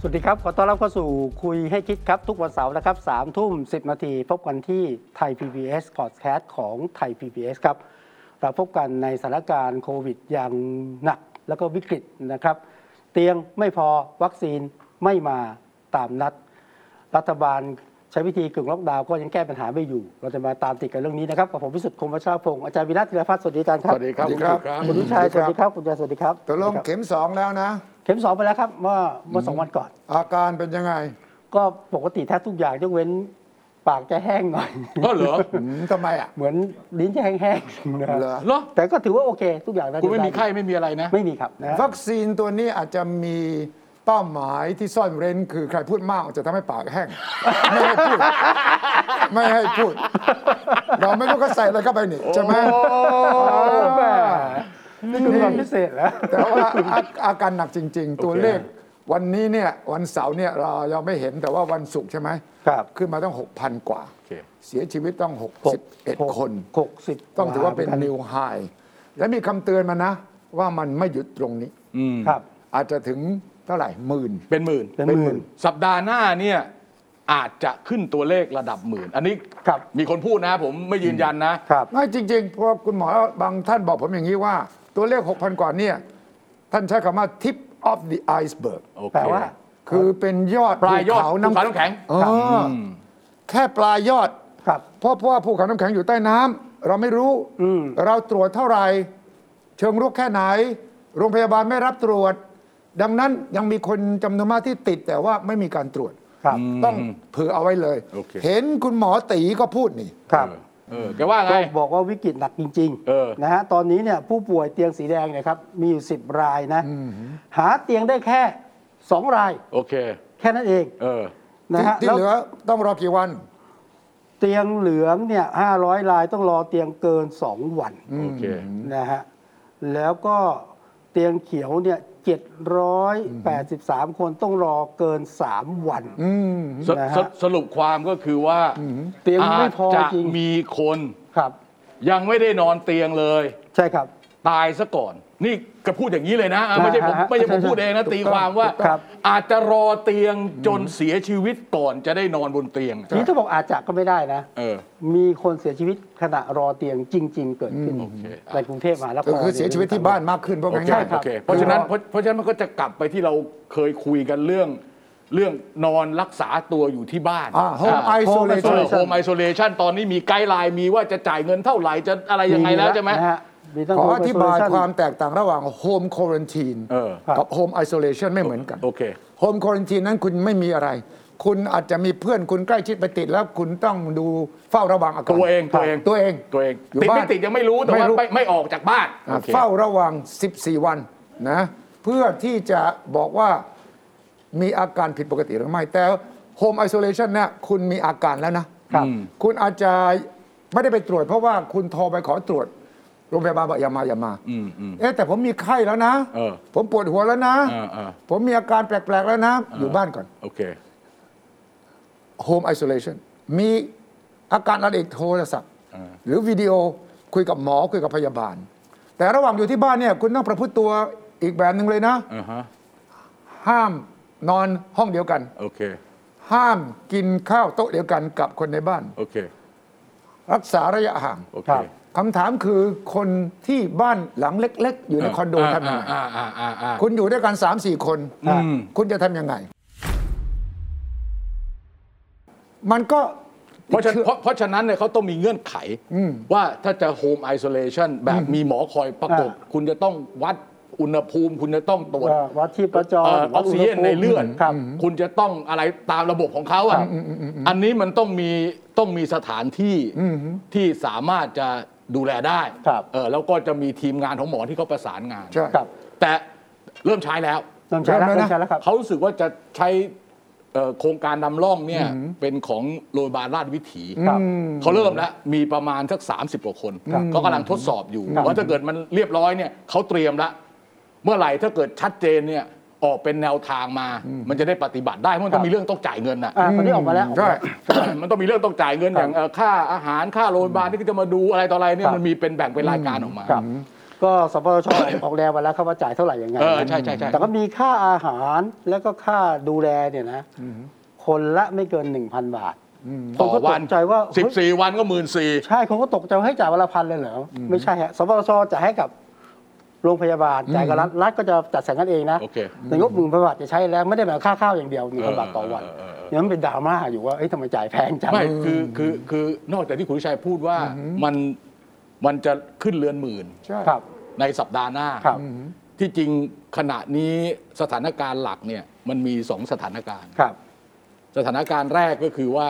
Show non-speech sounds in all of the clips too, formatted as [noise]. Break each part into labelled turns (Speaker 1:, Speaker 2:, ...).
Speaker 1: สวัสดีครับ ขอต้อนรับเข้าสู่คุยให้คิดครับ ทุกวันเสาร์นะครับสามทุ่มสินาที พบกันที่ไทย PBS Podcast ของไทย PBS ครับ เราพบกันในสถานการณ์โควิดอย่างหนักแล้วก็วิกฤตนะครับ เตียงไม่พอวัคซีนไม่มาตามนัด รัฐบาลใช้วิธีกึ่งล็อกดาวน์ก็ยังแก้ปัญหาไม่อยู่ เราจะมาตามติดกันเรื่องนี้นะครับกับผมพิสุทธิ์คมวัชรพงศ์อาจารย์วินัทธีรพัฒน์สวัสดีอาจารย์ครับ
Speaker 2: สวัสดีครับ
Speaker 3: สวัสดีครับ
Speaker 1: คุณวิชัยสวัสดีครับคุณอาจารย์สวัสดีครับ
Speaker 3: ตกลงเข็มสองแล้วนะ
Speaker 1: เข็มสองไปแล้วครับเมื่อเมื่อสองวันก่อน
Speaker 3: อาการเป็นยังไง
Speaker 1: ก็ปกติแทบทุกอย่างยกเว้นปากจะแห้งหน่อย [laughs]
Speaker 2: ก็เหรอ
Speaker 3: อืมทำไมอ่ะ
Speaker 1: เหมือนลิ้นจะแห้งๆนะ
Speaker 3: เหรอ
Speaker 2: เหรอ
Speaker 1: แต่ก็ถือว่าโอเค ทุกอย่างน่าจะ
Speaker 2: คุณไม่มี
Speaker 1: ด้
Speaker 2: ไข้ไม่มีอะไรนะ
Speaker 1: ไม่มีครับนะ
Speaker 3: วัคซีนตัวนี้อาจจะมีเป้าหมายที่ซ่อนเร้น คือใครพูดมากจะทำให้ปากแห้ง ไม่ให้พูด ไม่ให้พูด เราไม่รู้ก็ใส่อะไรเข้าไปนี่ใช่ไหม
Speaker 1: แหม่นี่คือความพิเศษแล้ว
Speaker 3: แต่ว่าอาอาการหนักจริง ๆ ตัวเลข วันนี้เนี่ยวันเสาร์เนี่ยเรายังไม่เห็นแต่ว่าวันศุกร์ใช่ไหม
Speaker 1: ครับ
Speaker 3: ขึ้นมาต้อง6,000 กว่า
Speaker 2: โอเค
Speaker 3: เสียชีวิตต้อง 61 คน
Speaker 1: หกสิบ
Speaker 3: ต้องถือว่าเป็นนิวไฮและมีคำเตือนมานะ ว่ามันไม่หยุดตรงนี้
Speaker 2: อืม
Speaker 1: ครับ
Speaker 3: อาจจะถึงเท่าไหร่หมื่น
Speaker 2: เป็นหมื่น
Speaker 1: เป็นหมื่น
Speaker 2: สัปดาห์หน้าเนี่ยอาจจะขึ้นตัวเลขระดับหมื่น อันนี้
Speaker 1: ครับ
Speaker 2: มีคนพูดนะ ผมไม่ยืนยันนะ
Speaker 1: ครับ
Speaker 3: ไม่จริงๆเพอคุณหมอบางท่านบอกผมอย่างนี้ว่า ตัวเลข 6,000 กว่าเนี่ย ท่านใช้คำว่า tip of the iceberg
Speaker 2: โอเค
Speaker 1: แต่ว่า
Speaker 3: คือเป็นยอด
Speaker 2: ปลายยอดภู
Speaker 3: ภู
Speaker 2: เขาน้ำแข็ง
Speaker 3: เอออแค่ปลายยอด
Speaker 1: ครับ
Speaker 3: เพราะเพราะว่าภูเขาน้ำแข็งอยู่ใต้น้ำเราไม่รู้
Speaker 1: อืม
Speaker 3: เราตรวจเท่าไหร่ เชิงรุกแค่ไหน โรงพยาบาลไม่รับตรวจ ดังนั้นยังมีคนจำนวนมากที่ติดแต่ว่าไม่มีการตรวจ
Speaker 1: ครับ
Speaker 3: ต้องเผื่อเอาไว้เลย
Speaker 2: โอเค
Speaker 3: เห็นคุณหมอตีก็พูดนี่
Speaker 1: ครับ
Speaker 2: เออแกว่าไง
Speaker 1: ก็บอกว่าวิกฤตหนักจริง
Speaker 2: เออ
Speaker 1: นะฮะตอนนี้เนี่ยผู้ป่วยเตียงสีแดงเนะครับมีอยู่สิบรายนะ หาเตียงได้แค่สองราย
Speaker 2: โอเค
Speaker 1: แค่นั้นเอง
Speaker 2: เออ
Speaker 1: นะฮะ
Speaker 3: ที่
Speaker 1: แล้ว
Speaker 3: เหลือต้องรอกี่วัน
Speaker 1: เตียงเหลืองเนี่ย500 รายต้องรอเตียงเกิน 2 วัน
Speaker 2: โอเค
Speaker 1: นะฮะ แล้วก็เตียงเขียวเนี่ย783 คนต้องรอเกิน 3 วัน
Speaker 3: อืม
Speaker 2: ส
Speaker 1: นะฮะ
Speaker 2: สสรุปความก็คือว่า
Speaker 1: เตียงไม่พอ
Speaker 2: อา
Speaker 1: จ
Speaker 2: จ
Speaker 1: ริ
Speaker 2: จะ
Speaker 1: ง
Speaker 2: มีคน
Speaker 1: ครับ
Speaker 2: ยังไม่ได้นอนเตียงเลย
Speaker 1: ใช่ครับ
Speaker 2: ตายซะก่อน นี่ก็พูดอย่างนี้เลยนะอ่ะไม่ใช่ผม
Speaker 1: อ่าฮะ
Speaker 2: ไม่ใช่ผม
Speaker 1: ใช่ใช่
Speaker 2: พูดเองนะ
Speaker 3: ถูกต้อง
Speaker 2: ตีความว่า
Speaker 3: ถูกต้อง
Speaker 2: อาจจะรอเตียงจนเสียชีวิตก่อนจะได้นอนบนเตียง
Speaker 1: ทีนี้ถ้าบอกอาจจะก็ไม่ได้นะ
Speaker 2: เออ
Speaker 1: มีคนเสียชีวิตขณะรอเตียงจริง ๆ เกิดขึ้น
Speaker 2: อืมโอเค
Speaker 1: ในกรุงเทพมหานคร
Speaker 3: ก็คือเสียชีวิตที่บ้านมากขึ้นเพราะ
Speaker 2: โอเค
Speaker 3: ง่าย
Speaker 1: ครั
Speaker 2: โอบ เคเพราะฉะนั้นเพราะเพราะฉะนั้นมันก็จะกลับไปที่เราเคยคุยกันเรื่อง เรื่องนอนรักษาตัวอยู่ที่บ้าน
Speaker 3: ๆอ่า home
Speaker 2: อ่า
Speaker 3: isolation
Speaker 2: โฮมไอโซเลชันตอนนี้มีไกด์ไลน์มีว่าจะจ่ายเงินเท่าไหร่ จะอะไรยังไงแล้วใช่ไหม
Speaker 1: นะฮะมีทั้ง
Speaker 3: ขออ
Speaker 1: home
Speaker 3: ธิบาย
Speaker 1: isolation
Speaker 3: ความแตกต่างระหว่าง home quarantine
Speaker 2: เออ
Speaker 3: กับ home isolation ไม่เหมือนกัน
Speaker 2: โอเค
Speaker 3: home quarantine นั้นคุณไม่มีอะไร คุณอาจจะมีเพื่อนคุณใกล้ชิดไปติดแล้วคุณต้องดูเฝ้าระวังอาการ
Speaker 2: ตัวเองตัวเอง
Speaker 3: ตัวเอง
Speaker 2: ตัวเอง
Speaker 3: อยู่
Speaker 2: ติด
Speaker 3: บ้า
Speaker 2: ไม่
Speaker 3: น
Speaker 2: ติดยังไม่รู้แต่
Speaker 3: ไม่
Speaker 2: ว่า
Speaker 3: รู้
Speaker 2: ไม่ไม่ออกจากบ้าน
Speaker 3: อ่ะ
Speaker 2: โอค
Speaker 3: เฝ้าระวัง 14 วันนะเพื่อที่จะบอกว่ามีอาการผิดปกติหรือไม่ แต่ Home Isolation เนี่ยคุณมีอาการแล้วนะครับ คุณอาจจะไม่ได้ไปตรวจ เพราะว่าคุณโทรไปขอตรวจ โรงพยาบาลบอกอย่ามาอย่ามาเอ๊ะแต่ผมมีไข้แล้วนะ
Speaker 2: เออ
Speaker 3: ผมปวดหัวแล้วนะ
Speaker 2: เออเออ
Speaker 3: ผมมีอาการแปลกๆแล้วนะ อยู่บ้านก่อน
Speaker 2: โอเค
Speaker 3: Home Isolation มีอาการอะไรอีกโทรศัพท์
Speaker 2: อ่า
Speaker 3: หรือวิดีโอคุยกับหมอคุยกับพยาบาล แต่ระหว่างอยู่ที่บ้านเนี่ยคุณต้องประพฤติตัวอีกแบบหนึ่งเลยนะ
Speaker 2: อ่าฮะ
Speaker 3: ห้ามนอนห้องเดียวกัน
Speaker 2: โอเค
Speaker 3: ห้ามกินข้าวโต๊ะเดียวกันกับคนในบ้าน
Speaker 2: โอเค
Speaker 3: รักษาระยะห่าง
Speaker 2: โอเค
Speaker 1: ครับ
Speaker 3: คำถามคือคนที่บ้านหลังเล็ก ๆ อยู่ในคอนโดทำยังไง
Speaker 2: อ่าอ่าอ่าอ่า
Speaker 3: คุณอยู่ด้วยกัน 3-4 คน
Speaker 2: อืม
Speaker 3: คุณจะทำยังไง มันก็
Speaker 2: เพราะฉะ
Speaker 3: ติดชื้อ
Speaker 2: เพราะเพราะฉะนั้นเนี่ยเขาต้องมีเงื่อนไขว่าถ้าจะโฮมไอโซเลชันแบบมีหมอคอยประกบ
Speaker 1: อ่า
Speaker 2: คุณจะต้องวัดอุณหภูมิ คุณจะต้องตรวจ
Speaker 1: ว่าวัดที่ประจร
Speaker 2: เอออ
Speaker 1: วั
Speaker 2: อ
Speaker 1: ด
Speaker 2: กซิเจนในเลือด
Speaker 1: ครับ
Speaker 2: คุณจะต้องอะไรตามระบบของเขาอ่ะอันนี้มันต้องมีต้องมีสถานที่ที่สามารถจะดูแลได้
Speaker 1: ครับ
Speaker 2: เออแล้วก็จะมีทีมงานของหมอที่เขาประสานงาน
Speaker 3: ใช่
Speaker 1: ครับ
Speaker 2: แต่เริ่มใช้แล้ว
Speaker 1: น้ำชาแล้ว
Speaker 3: เริ่มแล้วนะ
Speaker 1: น้ำชาแล้วครับ
Speaker 2: เขารู้สึกว่าจะใช้ เอ่อโครงการนำร่องเนี่ยเป็นของโรงพยาบาลราชวิถี
Speaker 1: ครับ
Speaker 2: เขาเริ่มแล้วมีประมาณสัก 30กว่าคน
Speaker 1: ครับ
Speaker 2: เขากำลังทดสอบอยู่
Speaker 1: ครับ
Speaker 2: ว่าถ้าเกิดมันเรียบร้อยเนี่ยเขาเตรียมละเมื่อไหร่ถ้าเกิดชัดเจนเนี่ยออกเป็นแนวทางมา มันจะได้ปฏิบัติได้เพราะมันต้องมีเรื่องต้องจ่ายเงินนะ
Speaker 1: อ่าตอนนี้ออกมาแล้วออก
Speaker 3: ใช่
Speaker 1: มา
Speaker 2: [coughs] มันต้องมีเรื่องต้องจ่ายเงินอย่างเอ่อค่าอาหารค่าโรงพยาบาลที่จะมาดูอะไรต่ออะไรเนี่
Speaker 1: ค
Speaker 2: ย
Speaker 1: รับ
Speaker 2: มันมีเป็นแบ่งเป็นรายการออกมา
Speaker 1: ครับ ก็สปชออกแนวมาแล้วครับว่าจ่ายเท่าไหร่ยังไง
Speaker 2: เออ
Speaker 1: นะ
Speaker 2: ใช่ใช่ใช่
Speaker 1: แต่ก็มีค่าอาหารแล้วก็ค่าดูแลเนี่ยนะคนละไม่เกิน 1,000 บาท
Speaker 2: ต่อ
Speaker 1: ผมก็
Speaker 2: วัน
Speaker 1: ตกใจว่าเฮ้ย
Speaker 2: สิบสี่วันก็หมื่นสี่
Speaker 1: ใช่เขาก็ตกใจว่าให้จ่ายวันละพันเลยเหรออไม่ใช่ฮะสปชจ่ายให้กับโรงพยาบาลจ่ายกับรัฐรัฐก็จะจัดสรรกันเองนะ
Speaker 2: โอเค
Speaker 1: แต่งบหมื่นบาทจะใช้แล้วไม่ได้แบ่งค่าข้าวอย่างเดียวหนึ่งพันบาทต่อวัน
Speaker 2: เออเออเออ
Speaker 1: อย่างนั้นเป็นดราม่าอยู่ว่าเอ้ยทำไมจ่ายแพงจัง
Speaker 2: ไม่คือคือคือนอกจากที่คุณวิชัยพูดว่ามันมันจะขึ้นเรือนหมื่น
Speaker 3: ใช่
Speaker 1: ครับ
Speaker 2: ในสัปดาห์หน้า
Speaker 1: ครับ
Speaker 2: ที่จริงขณะนี้สถานการณ์หลักเนี่ยมันมีสองสถานการณ์
Speaker 1: ครับ
Speaker 2: สถานการณ์แรกก็คือว่า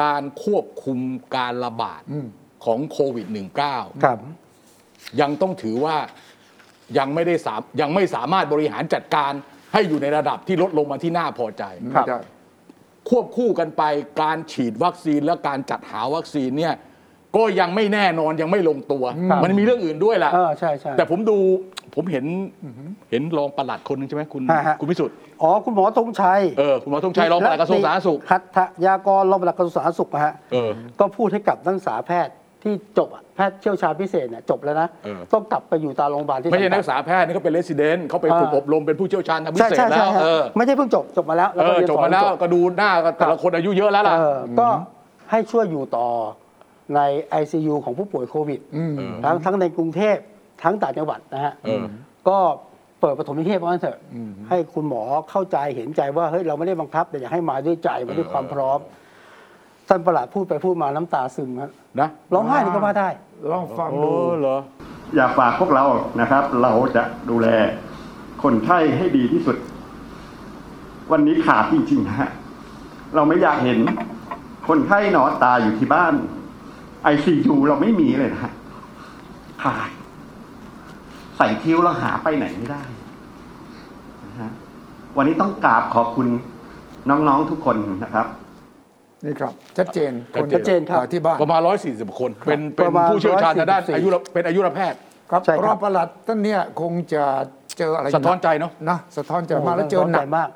Speaker 2: การควบคุมการระบาดของโควิด -19
Speaker 1: ครับ
Speaker 2: ยังต้องถือว่ายังไม่ได้สามยังไม่สามารถบริหารจัดการให้อยู่ในระดับที่ลดลงมาที่น่าพอใจ
Speaker 3: ไม่ได้
Speaker 2: ควบคู่กันไปการฉีดวัคซีนและการจัดหาวัคซีนเนี่ยก็ยังไม่แน่นอนยังไม่ลงตัว มันมีเรื่องอื่นด้วยแหละ
Speaker 1: เออใช่ใช่
Speaker 2: แต่ผมดูผมเห็นเห็นรองปลัดคนหนึงใช่ไหมคุณ
Speaker 1: ฮะฮะ
Speaker 2: คุณพิสุทธิ์
Speaker 1: อ๋อคุณหมอธงชัย
Speaker 2: เออคุณหมอธงชัยรองปลัดกระทรวงสาธารณสุข
Speaker 1: คัตถยากรรองปลัดกระทรวงสาธารณสุขนะฮะ
Speaker 2: เออ
Speaker 1: ก็พูดให้กับนักศึกษาแพทย์ที่จบอะแพทย์เชี่ยวชาญพิเศษเนี่ยจบแล้วนะ
Speaker 2: เออ
Speaker 1: ต้องกลับไปอยู่ตามโรงพยาบาลที่
Speaker 2: ไม่ใช่นัก
Speaker 1: สังกัด
Speaker 2: ศึกษาแพทย์นี่เขาเป็นเลสซิเดนเขาไปฝึก
Speaker 1: เอออ
Speaker 2: อบรมเป็นผู้เชี่ยวชาญทางพิ
Speaker 1: ใช่
Speaker 2: เศษ
Speaker 1: ใช่
Speaker 2: แล้
Speaker 1: ใช่
Speaker 2: ว
Speaker 1: ฮะ
Speaker 2: เออ
Speaker 1: ไม่ใช่เพิ่งจบจบมาแล้ว
Speaker 2: เอ
Speaker 1: ก็
Speaker 2: อ
Speaker 1: เรียน
Speaker 2: จบ
Speaker 1: ต่อ
Speaker 2: มาแล้ว
Speaker 1: จบ
Speaker 2: ก็ดูหน้าก็แต่ละคนอายุเยอะแล้วล่ะ
Speaker 1: เออก็ให้ช่วยอยู่ต่อใน ICU ของผู้ป่วยโควิด ทั้งทั้งในกรุงเทพทั้งต่างจังหวัดนะฮะ
Speaker 2: เออ
Speaker 1: ก็เปิดปฐมนิเทศว่างั้นเถอะให้คุณหมอเข้าใจเห็นใจว่าเฮ้ยเราไม่ได้บังคับ แต่อยากให้มาด้วยใจมาด้วยความพร้อมท่านประหลัดพูดไปพูดมาน้ำตาซึมฮะ
Speaker 2: นะ
Speaker 1: ร้องไห้นี่ก็ว่าได้
Speaker 3: ลองฟัง
Speaker 2: โอ้
Speaker 3: ดู
Speaker 2: เหรอ
Speaker 4: อยากฝากพวกเรานะครับ เราจะดูแลคนไข้ให้ดีที่สุด วันนี้ขาดจริงๆนะฮะเราไม่อยากเห็นคนไข้หนอนตายอยู่ที่บ้านไอซียูเราไม่มีเลยนะฮะขาดใส่คิ้วเราหาไปไหนไม่ได้นะฮะวันนี้ต้องกราบขอบคุณน้องๆทุกคนนะครับ
Speaker 3: นี่ครับ ชัดเจนคน
Speaker 1: ชัดเจนครับ
Speaker 3: อ่าที่บ้าน
Speaker 2: ประมาณ 140 คน เป็นเป็น
Speaker 1: ประมาณ
Speaker 2: ผู้เชี่ยวชาญทางด้าน
Speaker 1: 144
Speaker 2: อายุรเป็นอายุรแพทย์
Speaker 3: ครับ
Speaker 1: ใช่ครับ
Speaker 3: รองประหลัดท่านเนี่ยคงจะเจออะไร
Speaker 2: สะท้อนใจเนอะ
Speaker 3: นะสะท้อนใจมากแล้วเจอหนัก
Speaker 1: ร้งไห้มาก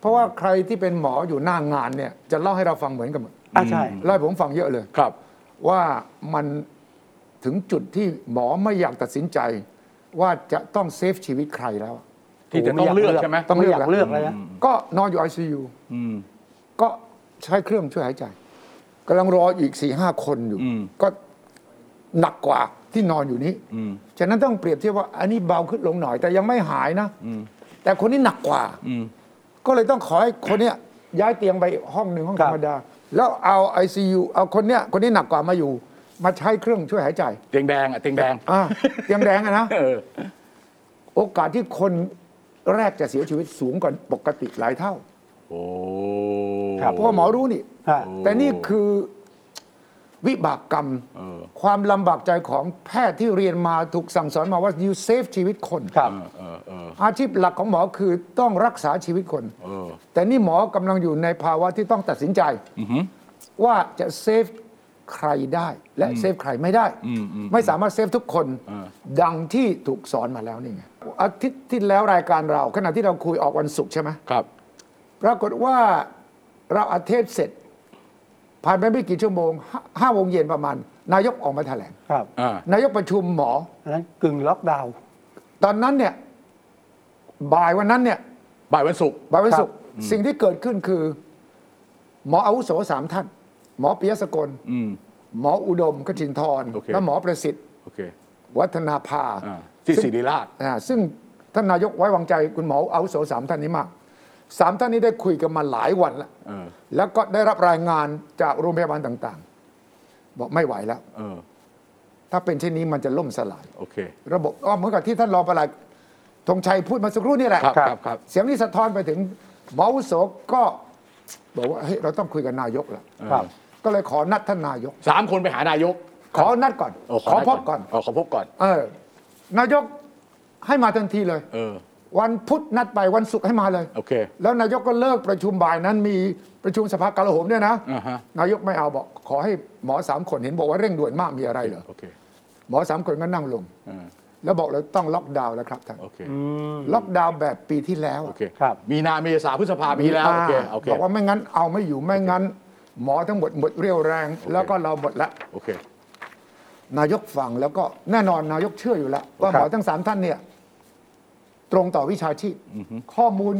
Speaker 3: เพราะว่าใครที่เป็นหมออยู่หน้างานเนี่ยจะเล่าให้เราฟังเหมือนกันหมด
Speaker 1: อ่ะใช่
Speaker 3: เล่าให้ผมฟังเยอะเลย
Speaker 2: ครับ
Speaker 3: ว่ามันถึงจุดที่หมอไม่อยากตัดสินใจ ว่าจะต้องเซฟชีวิตใครแล้ว
Speaker 2: ที่จะต้องเลือกใช่ไหม
Speaker 3: ต้องเลือก
Speaker 1: ไม่อยากเลือกเลยนะ
Speaker 3: ก็นอนอยู่ ICU
Speaker 2: อืม
Speaker 3: ก็ใช้เครื่องช่วยหายใจกำลังรออีก4ี่ห้าคนอยู่
Speaker 2: อืม
Speaker 3: ก็หนักกว่าที่นอนอยู่นี้
Speaker 2: อืม
Speaker 3: ฉะนั้นต้องเปรียบเทียบว่าอันนี้เบาขึ้นลงหน่อย แต่ยังไม่หายนะ
Speaker 2: อืม
Speaker 3: แต่คนนี้หนักกว่า
Speaker 2: อืม
Speaker 3: ก็เลยต้องขอให้คนเนี้ยย้ายเตียงไปห้องหนึ่งห้อง
Speaker 1: ครั
Speaker 3: ธ
Speaker 1: บ
Speaker 3: รรมดา แล้วเอาไอซียูเอาคนเนี้ยคนนี้หนักกว่ามาอยู่ มาใช้เครื่องช่วยหายใจ
Speaker 2: เตียงแดงอ่ะเตียงแดง
Speaker 3: อ่าเตียงแดงอะนะ
Speaker 2: เออ
Speaker 3: โอกาสที่คนแรกจะเสียชีวิตสูงกว่าปกติหลายเท่า
Speaker 2: โอ้
Speaker 1: ครับ
Speaker 3: เพราะว่าหมอรู้นี่
Speaker 1: ฮะ
Speaker 3: แต่นี่คือวิบากกรรม
Speaker 2: เออ
Speaker 3: ความลำบากใจของแพทย์ที่เรียนมาถูกสั่งสอนมาว่า you save ชีวิตคน
Speaker 1: ครับ
Speaker 2: เออเออ
Speaker 3: อาชีพหลักของหมอคือต้องรักษาชีวิตคน
Speaker 2: เออ
Speaker 3: แต่นี่หมอกำลังอยู่ในภาวะที่ต้องตัดสินใจ
Speaker 2: อือหือ
Speaker 3: ว่าจะเซฟใครได้และเซฟใครไม่ได้
Speaker 2: อืมอืม
Speaker 3: ไม่สามารถเซฟทุกคน
Speaker 2: อ่า
Speaker 3: ดังที่ถูกสอนมาแล้วนี่ไงอาทิตย์ที่แล้วรายการเรา ขณะที่เราคุยออกวันศุกร์ใช่ไหม
Speaker 2: ครับ
Speaker 3: ปรากฏว่าเราอาเทศเสร็จ ผ่านไปไม่กี่ชั่วโมงห้าห้าโมงเย็นประมาณ นายกออกมาแถลง
Speaker 1: ครับ
Speaker 2: อ่า
Speaker 3: นายกประชุมหมอ
Speaker 1: อันนั้นกึ่งล็อกดาวน์
Speaker 3: ตอนนั้นเนี่ยบ่ายวันนั้นเนี่ย
Speaker 2: บ่ายวันศุกร์
Speaker 3: บ่ายวัน
Speaker 1: ครับ
Speaker 3: ศุกร์สิ่งที่เกิดขึ้นคือ หมออาวุโสสามท่าน หมอปิยะสกล
Speaker 2: อืม
Speaker 3: หมออุดมกชินทร
Speaker 2: โอเค
Speaker 3: และหมอประสิทธิ์
Speaker 2: โอเค
Speaker 3: วัฒนาภา
Speaker 2: อ่า ที่ศิริราช
Speaker 3: อ่าซึ่งท่านนายกไว้วางใจคุณหมออาวุโสสามท่านนี้มากสามท่านนี้ได้คุยกันมาหลายวันแล้ว
Speaker 2: เออ
Speaker 3: แล้วก็ได้รับรายงานจากโรงพยาบาลต่างๆ บอกไม่ไหวแล้ว
Speaker 2: เออ
Speaker 3: ถ้าเป็นเช่นนี้มันจะล่มสลาย
Speaker 2: โอเค
Speaker 3: ระบบอ้อเหมือนกับที่ท่านรองปลัดธงชัยพูดมาสักครู่นี่แหละ
Speaker 2: ครับครับครับ
Speaker 3: เสียงนี้สะท้อนไปถึงหมออาวุโสก็บอกว่าเฮ้ยเราต้องคุยกับนายกแล้ว
Speaker 1: ครับ
Speaker 3: ก็เลยขอนัดท่านนายก
Speaker 2: สามคนไปหานายก
Speaker 3: ขอนัดก่อน
Speaker 2: เ
Speaker 3: ขอพบก่อน
Speaker 2: เออขอพบก่อน
Speaker 3: เออนายกให้มาทันทีเลย
Speaker 2: เออ
Speaker 3: วันพุธนัดไปวันศุกร์ให้มาเลย
Speaker 2: โอเค
Speaker 3: แล้วนายกก็เลิกประชุมบ่ายนั้นมีประชุมสภากลาโหมด้วยนะ
Speaker 2: อ่าฮะ
Speaker 3: นายกไม่เอาบอกขอให้หมอสามคนเห็นบอกว่าเร่งด่วนมากมีอะไรเหรอ
Speaker 2: โอเค
Speaker 3: หมอสามคนก็นั่งลง
Speaker 2: อ่า
Speaker 3: แล้วบอกเลยต้องล็อกดาวน์แล้วครับท่าน
Speaker 2: โอเค
Speaker 1: อืม
Speaker 3: ล็อกดาวน์แบบปีที่แล้ว
Speaker 2: โอ
Speaker 3: อะ
Speaker 2: เค
Speaker 1: ครับ
Speaker 2: มีนาเมษาพฤษภาปีแล้วโอเคโอเค
Speaker 3: บอกว่าไม่งั้นเอาไม่อยู่ไม่งั้น หมอทั้งหมดหมดเรี่ยวแรง แล้วก็เราหมดละ
Speaker 2: โอเค
Speaker 3: นายกฟังแล้วก็แน่นอนนายกเชื่ออยู่แล้ว ว่าหมอทั้งสามท่านเนี่ย ตรงต่อวิชาชีพ ข้อมูล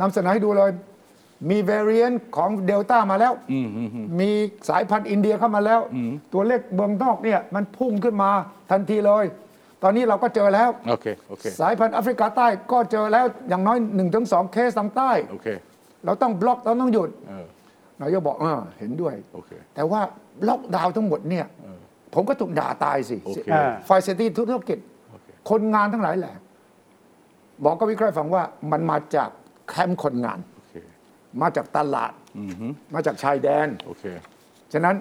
Speaker 3: นำเสนอให้ดูเลย มี variant ของเดลต้ามาแล้ว
Speaker 2: อืมอืมอืม
Speaker 3: มีสายพันธุ์อินเดียเข้ามาแล้ว
Speaker 2: อืม
Speaker 3: ตัวเลขเมืองนอกเนี่ย มันพุ่งขึ้นมาทันทีเลย ตอนนี้เราก็เจอแล้ว
Speaker 2: โอเคโอเค
Speaker 3: สายพันธุ์แอฟริกาใต้ก็เจอแล้วอย่างน้อย1นถึงสเคสทางใต้
Speaker 2: โอเค
Speaker 3: เราต้องบล็อกเราต้องหยุด
Speaker 2: เออน
Speaker 3: ายกบอกเออเห็นด้วย
Speaker 2: โอเค
Speaker 3: แต่ว่าล็อกดาวน์ทั้งหมดเนี่ย ผมก็ถูกด่าตายสิ
Speaker 2: โอเค
Speaker 1: อ่า
Speaker 3: ฝ่ายเศรษฐกิจธุรกิจ
Speaker 2: โอเค
Speaker 3: คนงานทั้งหลายแหละหมอก็วิเคราะห์ให้ฟังว่ามันมาจากแคมป์คนงาน
Speaker 2: โอเค
Speaker 3: มาจากตลาด
Speaker 2: อืมฮึ
Speaker 3: มาจากชายแดน
Speaker 2: โอเค
Speaker 3: ฉะนั้น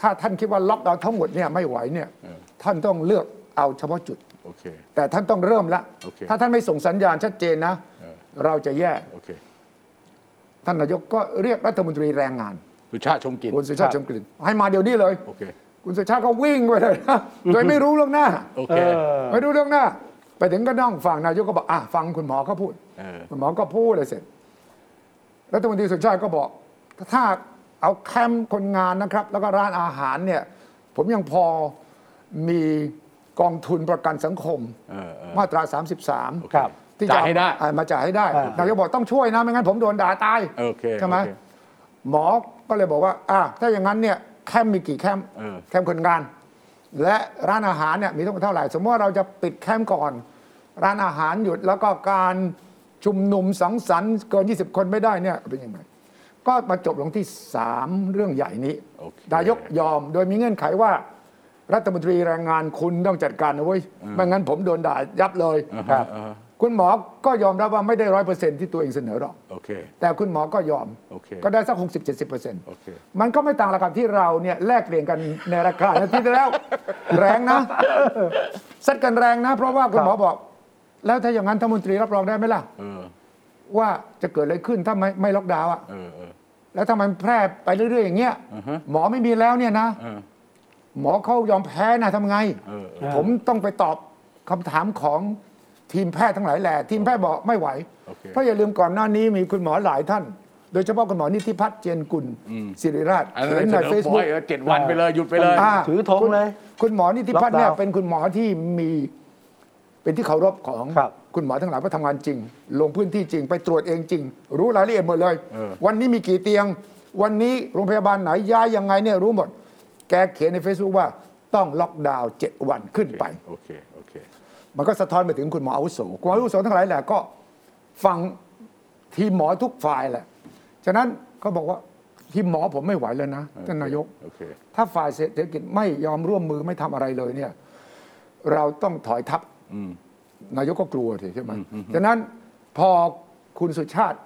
Speaker 3: ถ้าท่านคิดว่าล็อกดาวน์ทั้งหมดเนี่ยไม่ไหวเนี่ย
Speaker 2: เออ
Speaker 3: ท่านต้องเลือกเอาเฉพาะจุด
Speaker 2: โอเค
Speaker 3: แต่ท่านต้องเริ่มละ
Speaker 2: โอเค
Speaker 3: ถ้าท่านไม่ส่งสัญญาณชัดเจนนะ
Speaker 2: เออ
Speaker 3: เราจะแย่
Speaker 2: โอเค
Speaker 3: ท่านนายกก็เรียกรัฐมนตรีแรงงาน
Speaker 2: สุชาติชมกลิน
Speaker 3: คุณสุชาติชมกลิ่นให้มาเดี๋ยวนี้เลย
Speaker 2: โอเค
Speaker 3: คุณสุชาติก็วิ่งไปเลย
Speaker 2: [laughs]
Speaker 3: นะโดยไม่รู้ล่วงหน้า
Speaker 2: โอ
Speaker 1: เอ
Speaker 2: เค
Speaker 1: อ
Speaker 3: ไม่รู้เรื่องหน้า ไปถึงก็นั่งฟังนายกก็บอกอ่ะฟังคุณหมอเขาพูด
Speaker 2: เออ
Speaker 3: คุณหมอก็พูดเลยเสร็จรัฐมนตรีสุชาติก็บอก ถ้าเอาแคมป์คนงานนะครับ แล้วก็ร้านอาหารเนี่ย ผมยังพอมีกองทุนประกันสังคม
Speaker 2: เออเออ
Speaker 3: มาตรา
Speaker 2: โอ
Speaker 3: 33
Speaker 2: เค
Speaker 1: ครับ
Speaker 3: ที่
Speaker 2: จ่ายให้ได้
Speaker 3: อ่มาจ่ายให้ได้
Speaker 1: อ่าน
Speaker 3: นายกบอกต้องช่วยนะ ไม่งั้นผมโดนด่าตาย
Speaker 2: โอเค
Speaker 3: ใช่ไหม
Speaker 2: โอเค
Speaker 3: หมอก็เลยบอกว่าอ่ะถ้าอย่างนั้นเนี่ยแคมป์มีกี่แคมป์
Speaker 2: เออ
Speaker 3: แคมป์คนงาน และร้านอาหารเนี่ยมีทั้งหมดเท่าไหร่ สมมติว่าเราจะปิดแคมป์ก่อน ร้านอาหารหยุดแล้วก็การชุมนุมสังสรรค์เกิน 20 คนไม่ได้เนี่ยเป็นยังไงก็มาจบลงที่ 3 เรื่องใหญ่นี้
Speaker 2: โอเคน
Speaker 3: ายกยอมโดยมีเงื่อนไขว่า รัฐมนตรีแรงงานคุณต้องจัดการนะเว้ยไม่งั้นผมโดนด่ายับเลย
Speaker 2: อ่าฮะอ่าฮะ
Speaker 3: คุณหมอก็ยอมรับว่าไม่ได้ร้อยเปอร์เซ็นที่ตัวเองเสนอหรอก
Speaker 2: โอเค
Speaker 3: แต่คุณหมอก็ยอม
Speaker 2: โอเค
Speaker 3: ก็ได้สัก 60 70เปอร์เซ็นต์
Speaker 2: โอเค
Speaker 3: มันก็ไม่ต่างหรอกครับที่เราเนี่ยแลกเปลี่ยนกันในราคานาทีที่
Speaker 2: [laughs]
Speaker 3: แล้ว แรงนะซัดกันแรงนะ เพราะว่าคุณหมอบอก แล้วถ้าอย่างนั้นท่านมนตรีรับรองได้ไหมล่ะ
Speaker 2: เออ
Speaker 3: ว่าจะเกิดอะไรขึ้นถ้าไม่ไม่ล็อกดาวน์อะ
Speaker 2: เออเออ
Speaker 3: แล้วถ้ามันแพร่ไปเรื่อยๆอย่างเงี้ย
Speaker 2: อือฮะ
Speaker 3: หมอไม่มีแล้วเนี่ยนะ
Speaker 2: เออ
Speaker 3: หมอเขายอมแพ้นะทำไง
Speaker 2: เออเออ
Speaker 3: ผมต้องไปตอบคำถามของทีมแพทย์ทั้งหลายแหละทีมแพทย์บอกไม่ไหว
Speaker 2: โอเค
Speaker 3: เพราะอย่าลืมก่อนหน้านี้มีคุณหมอหลายท่าน โดยเฉพาะคุณหมอนิติพัฒน์เจยนกุล
Speaker 2: อืม
Speaker 3: สิริราช
Speaker 2: อันนั้
Speaker 3: เขีย
Speaker 2: นเสน
Speaker 3: นใน
Speaker 2: อ
Speaker 3: เฟซ
Speaker 2: บอ
Speaker 3: บุ๊
Speaker 2: ย
Speaker 3: ก
Speaker 2: เออเจ็ดวันไปเลยหยุดไปเลย
Speaker 3: อ่า
Speaker 1: ถือธง
Speaker 3: คุณ
Speaker 1: เลย
Speaker 3: คุณหมอนิติพัฒน์เนี่ย
Speaker 1: ล็อกดาวน์
Speaker 3: เป็นคุณหมอที่มีเป็นที่เคารพของ
Speaker 1: ครับ
Speaker 3: ณหมอทั้งหลายเพราะทำงานจริง ลงพื้นที่จริง ไปตรวจเองจริง รู้รายละเอียดหมดเลย
Speaker 2: เออ
Speaker 3: วันนี้มีกี่เตียง วันนี้โรงพยาบาลไหนย้ายยังไงเนี่ยรู้หมด แกเขียนใน Facebook ว่าต้องล็อกดาวน์เจ็ดวันขึ้นไป
Speaker 2: โอเค โอเค
Speaker 3: มันก็สะท้อนไปถึงคุณหมออาวุโสคุณหมออาวุโสทั้งหลายแหละก็ฟังทีมหมอทุกฝ่ายแหละ ฉะนั้นเขาบอกว่าทีมหมอผมไม่ไหวแล้วนะท่านนายก
Speaker 2: โอเค
Speaker 3: ถ้าฝ่ายเศรษฐกิจไม่ยอมร่วมมือไม่ทำอะไรเลยเนี่ย เราต้องถอยทัพ
Speaker 2: อืม
Speaker 3: นายกก็กลัวสิใช่ไหมฉะนั้นพอคุณสุชาติ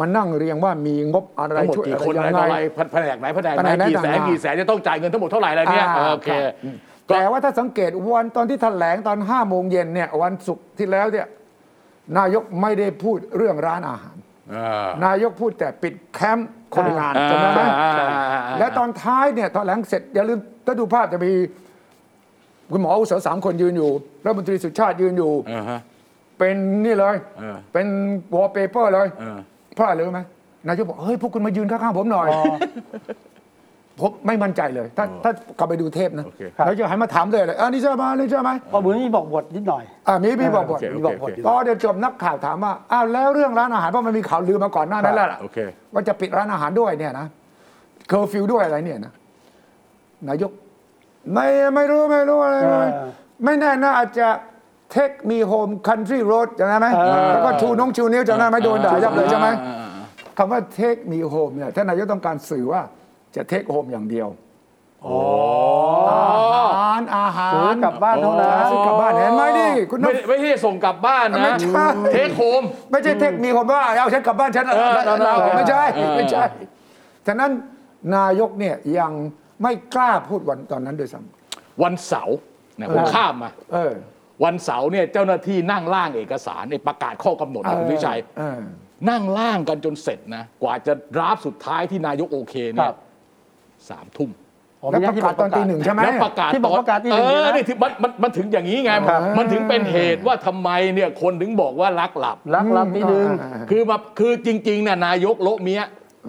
Speaker 3: มานั่งเรียงว่ามีงบอะไร
Speaker 2: ทั้งหมด
Speaker 3: ช่วย
Speaker 2: กี่
Speaker 3: อะไร
Speaker 2: คน
Speaker 3: ยั
Speaker 2: อะไร
Speaker 3: ง
Speaker 2: ต่ออะ
Speaker 3: ไง
Speaker 2: ไรแผนกไหนแผนก
Speaker 3: แผนก
Speaker 2: ไห
Speaker 3: ไห
Speaker 2: น
Speaker 3: น
Speaker 2: กี่แสนกี่แสน
Speaker 3: ต่างๆ
Speaker 2: จะต้องจ่ายเงินทั้งหมดเท่าไหร่อะไรเนี่ยเออโอเค
Speaker 3: รับแต่ว่าถ้าสังเกตวันตอนที่แถลงตอน5้าโมงเย็นเนี่ยวันศุกร์ที่แล้วเนี่ยนายกไม่ได้พูดเรื่องร้านอาหาร นายกพูดแต่ปิดแคมป์คนงาน
Speaker 2: อ่า
Speaker 3: จำได้ไหม
Speaker 2: อ่าอ่าอ่า
Speaker 3: และตอนท้ายเนี่ยตอนหลังเสร็จ อย่าลืมถ้าดูภาพจะมีคุณหมออาวุโสสามคนยืนอยู่รัฐมนตรีสุชาติยืนอยู่
Speaker 2: เออฮะ
Speaker 3: เป็นนี่เลย
Speaker 2: เออ
Speaker 3: เป็นวอลเปเปอร์เลย
Speaker 2: เออ
Speaker 3: เพราะอะไรรู้ไหมนายกบอกเฮ้ย พวกคุณมายืนข้างๆผมหน่อยผมไม่มั่นใจเลย ถ้าถ้ากลับไปดูเทปนะ
Speaker 2: โอเค
Speaker 1: ครับ
Speaker 3: แล้วจะหันมาถามเลยเลยอ่านี่ใช่ไหมนี่ใช่ไหม
Speaker 1: พอเหมือนมีบอกบทนิดหน่อย
Speaker 3: อ่ามีพี่บอกบ
Speaker 2: โอ
Speaker 3: ท
Speaker 2: เคโอ
Speaker 1: มี
Speaker 2: เค
Speaker 1: บอก
Speaker 2: โอ
Speaker 1: หมด
Speaker 2: เค
Speaker 3: ตอนเดี๋ยวจบนักข่าวถามว่าอ้าวแล้วเรื่องร้านอาหารเพราะมันมีข่าวลือมาก่อนหน้านั้นแล้วล่ะ
Speaker 2: โอเค
Speaker 3: ว่าจะปิดร้านอาหารด้วยเนี่ยนะเคอร์ฟิวด้วยอะไรเนี่ยนะนายก ไม่ไม่รู้ไม่รู้อะไรไม่รู้
Speaker 1: เออ
Speaker 3: ไม่แน่นะอาจจะ take me home country road จำได้ไหม
Speaker 1: เออ
Speaker 3: แล้วก็ชูนงชูนิ้วจำได้ไหมโดนด่ายับเลยใช่ไหม
Speaker 2: อ่าอ่าอ่า
Speaker 3: คำว่า take me home เนี่ยท่านนายกต้องการสื่อว่าจะ take home อย่างเดียวอาหารอาหา
Speaker 1: ซื้อ
Speaker 3: ร
Speaker 1: กลับบ้านเท่านั้น
Speaker 3: ซื้อกลับบ้านเห็นไหมนี่คุณน้
Speaker 2: ไม่
Speaker 3: อง
Speaker 2: ไม่ใช่ส่งกลับบ้าน
Speaker 3: ไม่
Speaker 2: นะ
Speaker 3: ใช่
Speaker 2: เทคโฮม
Speaker 3: ไม่ใช่เทคมีคนว่าเอาฉันกลับบ้านฉัน
Speaker 2: เออ
Speaker 3: เราเรา
Speaker 2: เออ
Speaker 3: ไม่ใช่
Speaker 2: เออ
Speaker 3: ไม่ใช่ฉะนั้นนายกเนี่ยยังไม่กล้าพูดวันตอนนั้นด้วยซ้
Speaker 2: วันเสาร์นะผมข้ามมา
Speaker 3: ำเออ
Speaker 2: วันเสาร์เนี่ยเจ้าหน้าที่นั่งล่างเอกสารในประกาศข้อกำหนดนะคุณวิชัย
Speaker 3: เออ
Speaker 2: นั่งล่างกันจนเสร็จนะ กว่าจะดราฟต์สุดท้ายที่นายกโอเค
Speaker 1: ค
Speaker 2: เนี่
Speaker 1: รั
Speaker 2: ย
Speaker 1: บ
Speaker 2: สามทุ่ม
Speaker 1: ผม
Speaker 3: แล้ว
Speaker 1: ยั
Speaker 3: ป
Speaker 1: ง
Speaker 3: ระ
Speaker 1: ที่
Speaker 3: กาศ
Speaker 1: บ
Speaker 3: ตอนตีหนึ่งใช่ไหม
Speaker 2: แล้วประกาศ
Speaker 1: ที่บอกประกาศที่
Speaker 2: เอ
Speaker 1: หนึ่ง
Speaker 2: อ
Speaker 1: นะ
Speaker 2: นี่ถึงมันมันมันถึงอย่างนี้ไง
Speaker 1: ครับ
Speaker 2: มันถึงเป็นเหตุว่าทำไมเนี่ยคนถึงบอกว่ารักหลับ
Speaker 1: รักรับที่หนึ่ง
Speaker 2: คือมาคือจริงๆน่ะนายกโละเมีย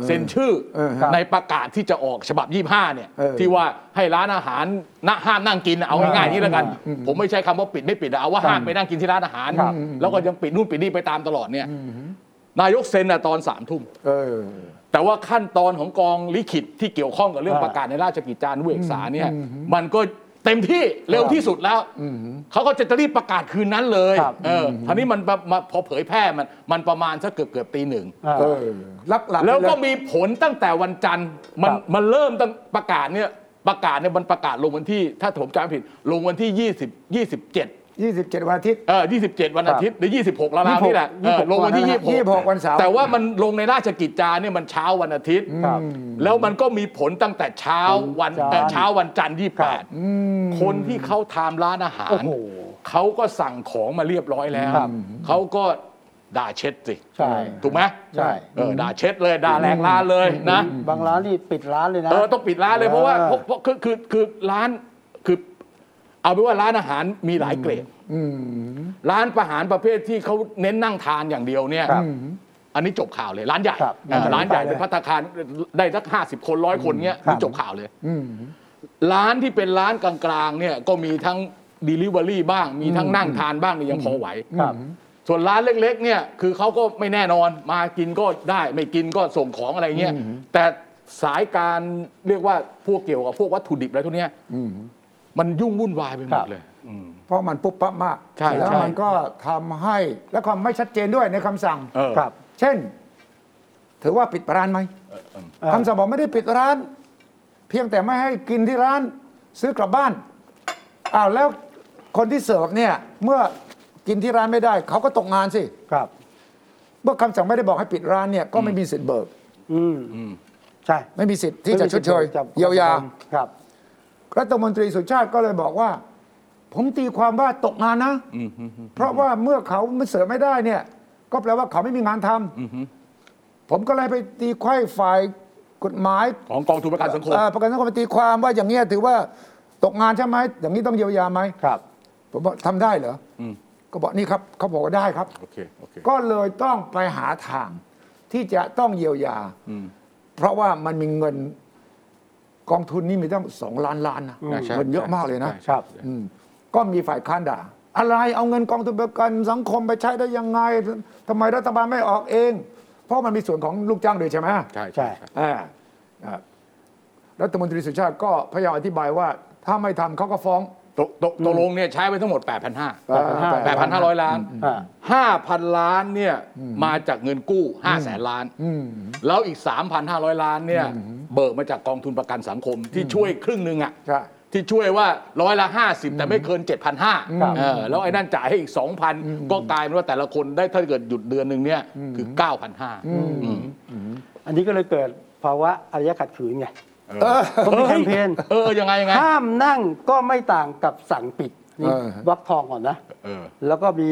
Speaker 2: เซ็นชื่อ
Speaker 3: เออครับ
Speaker 2: ในประกาศที่จะออกฉบับ 25 เนี่ย
Speaker 3: เออ
Speaker 2: ที่ว่าให้ร้านอาหารนะห้ามนั่งกินน่ะเอาง่ายๆนี่แล้วกัน
Speaker 3: อืม
Speaker 2: ผมไม่ใช้คำว่าปิดไม่ปิดอะเอาว่าห้ามไปนั่งกินที่ร้านอาหาร
Speaker 1: ครับ
Speaker 2: แล้วก็ยังปิดนู่นปิดนี่ไปตามตลอดเนี่ยนายกเซ็นน่ะตอนสามทุ่ม
Speaker 3: เออ
Speaker 2: แต่ว่าขั้นตอนของกองลิขิตที่เกี่ยวข้องกับเรื่องประกาศในราชกิจจานุเบกษาเนี่ยมันก็เต็มที่เร็วที่สุดแล้วเขาก็จะรีบประกาศคืนนั้นเลย
Speaker 1: ครับ
Speaker 2: เอออทีนี้มันมาพอเผยแพร่มันมันประมาณสักเกือบเกือบตีหนึ่ง
Speaker 1: อ่า
Speaker 3: เออลักหลับ
Speaker 2: แล้วก็
Speaker 3: ไปเย
Speaker 2: มีผลตั้งแต่วันจันทร์มัน
Speaker 1: ครับ
Speaker 2: มันเริ่มตั้งประกาศเนี่ยประกาศเนี่ยมันประกาศลงวันที่ ถ้าผมจำไม่ผิด ลงวันที่ 20 27
Speaker 3: 27 วันอาทิตย์
Speaker 2: เออ27 วันอาทิตย์หรือ 26แล้ว
Speaker 1: 26
Speaker 2: นี่แหละเออลงวันที่
Speaker 3: ยี่สิบหกวันเสาร์
Speaker 2: แต่ว่ามันลงในราชกิจจาเนี่ยมันเช้าวันอาทิตย์
Speaker 1: ครับ
Speaker 2: แล้วมันก็มีผลตั้งแต่เช้าวัน
Speaker 1: จันทร์
Speaker 2: เอ่อเช้าวันจันทร์
Speaker 1: ค
Speaker 2: ยี่แป
Speaker 1: รั
Speaker 2: ด
Speaker 1: บ
Speaker 2: คนที่เขาทามร้านอาหา
Speaker 1: โอ้
Speaker 2: ร
Speaker 1: โห
Speaker 2: เขาก็สั่งของมาเรียบร้อยแล้ว
Speaker 1: ครับ
Speaker 2: เขาก็ด่าเช็ดสิ
Speaker 1: ใช่
Speaker 2: ถูกไหม
Speaker 1: ใช่
Speaker 2: เออด่าเช็ดเลยด่าแหลกร้านเลยนะ
Speaker 1: บางร้านนี่ปิดร้านเลยนะ
Speaker 2: เออต้องปิดร้านเลยเพราะว่า
Speaker 1: เออ
Speaker 2: เพราะเพราะคือคือคือร้านคือเอาไปนว่าร้านอาหารมีหลายเกรดร้านประหารประเภทที่เขาเน้นนั่งทานอย่างเดียวเนี่ย
Speaker 1: ครับ
Speaker 2: อันนี้จบข่าวเลย ร้านใหญ่
Speaker 1: ครับ
Speaker 2: เอ่อร้านใหญ่
Speaker 3: ไปเลย
Speaker 2: เป็นพัตตาคารได้สักห้าสิบคนร้อยคนเนี้ยนี่จบข่าวเลยร้านที่เป็นร้านกลางๆเนี่ยก็มีทั้ง Delivery บ้าง มีทั้งนั่งทานบ้างเนี่ยยังพอไหว
Speaker 1: ครับ
Speaker 2: ส่วนร้านเล็กๆเนี่ยคือเขาก็ไม่แน่นอนมากินก็ได้ไม่กินก็ส่งของอะไรเงี้ยแต่สายการเรียกว่าพวกเกี่ยวกับพวกวัตถุดิบอะไรพวกเนี้ยมันยุ่งวุ่นวายไปหมดเลย
Speaker 3: เพราะมันปุ๊บปั๊บมาก
Speaker 2: ใช่
Speaker 3: แล้ว
Speaker 2: ใช่
Speaker 3: มันก็ทำให้และความไม่ชัดเจนด้วยในคำสั่ง
Speaker 2: เออ
Speaker 1: ครับ
Speaker 3: เช่น ถือว่าปิดร้านไหมคำสั่งบอกไม่ได้ปิดร้าน เพียงแต่ไม่ให้กินที่ร้าน ซื้อกลับบ้านอ้าวแล้วคนที่เสิร์ฟเนี่ยเมื่อกินที่ร้านไม่ได้ เขาก็ตกงานสิ
Speaker 1: ครับ
Speaker 3: เมื่อคำสั่งไม่ได้บอกให้ปิดร้านเนี่ยก็ไม่มีสิทธิ์เบิก
Speaker 1: อืมใช่
Speaker 3: ไม่มีสิทธิ์ที่จะชดเชย
Speaker 1: จะ
Speaker 3: เยียวยา
Speaker 1: ครับ
Speaker 3: รัฐมนตรีสุชาติก็เลยบอกว่า ผมตีความว่าตกงานนะ เพราะว่าเมื่อเขาไม่เสือไม่ได้เนี่ย ก็แปลว่าเขาไม่มีงานทำผมก็เลยไปตีไขว้ฝ่ายกฎหมาย
Speaker 2: ของกองทุนประกันสังคม
Speaker 3: เอ่อประกันสังคมไปตีความว่าอย่างเงี้ยถือว่าตกงานใช่ไหมอย่างนี้ต้องเยียวยาไหม
Speaker 1: ครับ
Speaker 3: ผมบอกทำได้เหรออก็บอกนี่ครับเขาบอกว่าได้ครับ
Speaker 2: โอเคโอเค
Speaker 3: ก็เลยต้องไปหาทางที่จะต้องเยียวยา
Speaker 2: อืม
Speaker 3: เพราะว่ามันมีเงินกองทุนนี่มีตั้งสองล้านล้านนะ
Speaker 2: อืมใช่
Speaker 3: เงินเยอะมากเลยนะ
Speaker 2: ใช่ใช่
Speaker 1: ครับ
Speaker 3: อืมก็มีฝ่ายค้านด่า อะไรเอาเงินกองทุนประกันสังคมไปใช้ได้ยังไงทำไมรัฐบาลไม่ออกเอง เพราะมันมีส่วนของลูกจ้างด้วยใช่ไหม
Speaker 2: ใช่
Speaker 1: ใช่
Speaker 2: ใช่ใช่
Speaker 3: อ่าอ่ารัฐมนตรีสุชาติก็พยายามอธิบายว่า ถ้าไม่ทำเขาก็ฟ้อง
Speaker 2: ตกตกตกลงเนี่ยใช้ไปทั้งหมด 8,500
Speaker 1: 8,500
Speaker 2: 8,500 ล้าน
Speaker 1: อ่า
Speaker 2: 5,000 ล้านเนี่ยมาจากเงินกู้ 5 แสนล้าน แล้วอีก 3,500 ล้านเนี่ยเบิกมาจากกองทุนประกันสังคมที่ช่วยครึ่งหนึ่งอ่ะ
Speaker 3: ใช่
Speaker 2: ที่ช่วยว่าร้อยละ 50 แต่ไม่เกิน
Speaker 1: ครับ
Speaker 2: 7,500เออแล้วไอ้นั่นจ่ายให้อีก 2,000 ก็กลายเป็นว่าแต่ละคนได้ถ้าเกิดหยุดเดือนหนึ่งเนี่ยคือ 9,500อืม
Speaker 1: อันนี้ก็เลยเกิดภาวะอารยะขัดขืนไง
Speaker 3: เออ
Speaker 1: เขามีแคมเปญ
Speaker 2: เออยังไงยังไง
Speaker 1: ห้ามนั่งก็ไม่ต่างกับสั่งปิดนี่
Speaker 3: เออ
Speaker 1: วักทองก่อนนะ
Speaker 2: เออ
Speaker 1: แล้วก็มี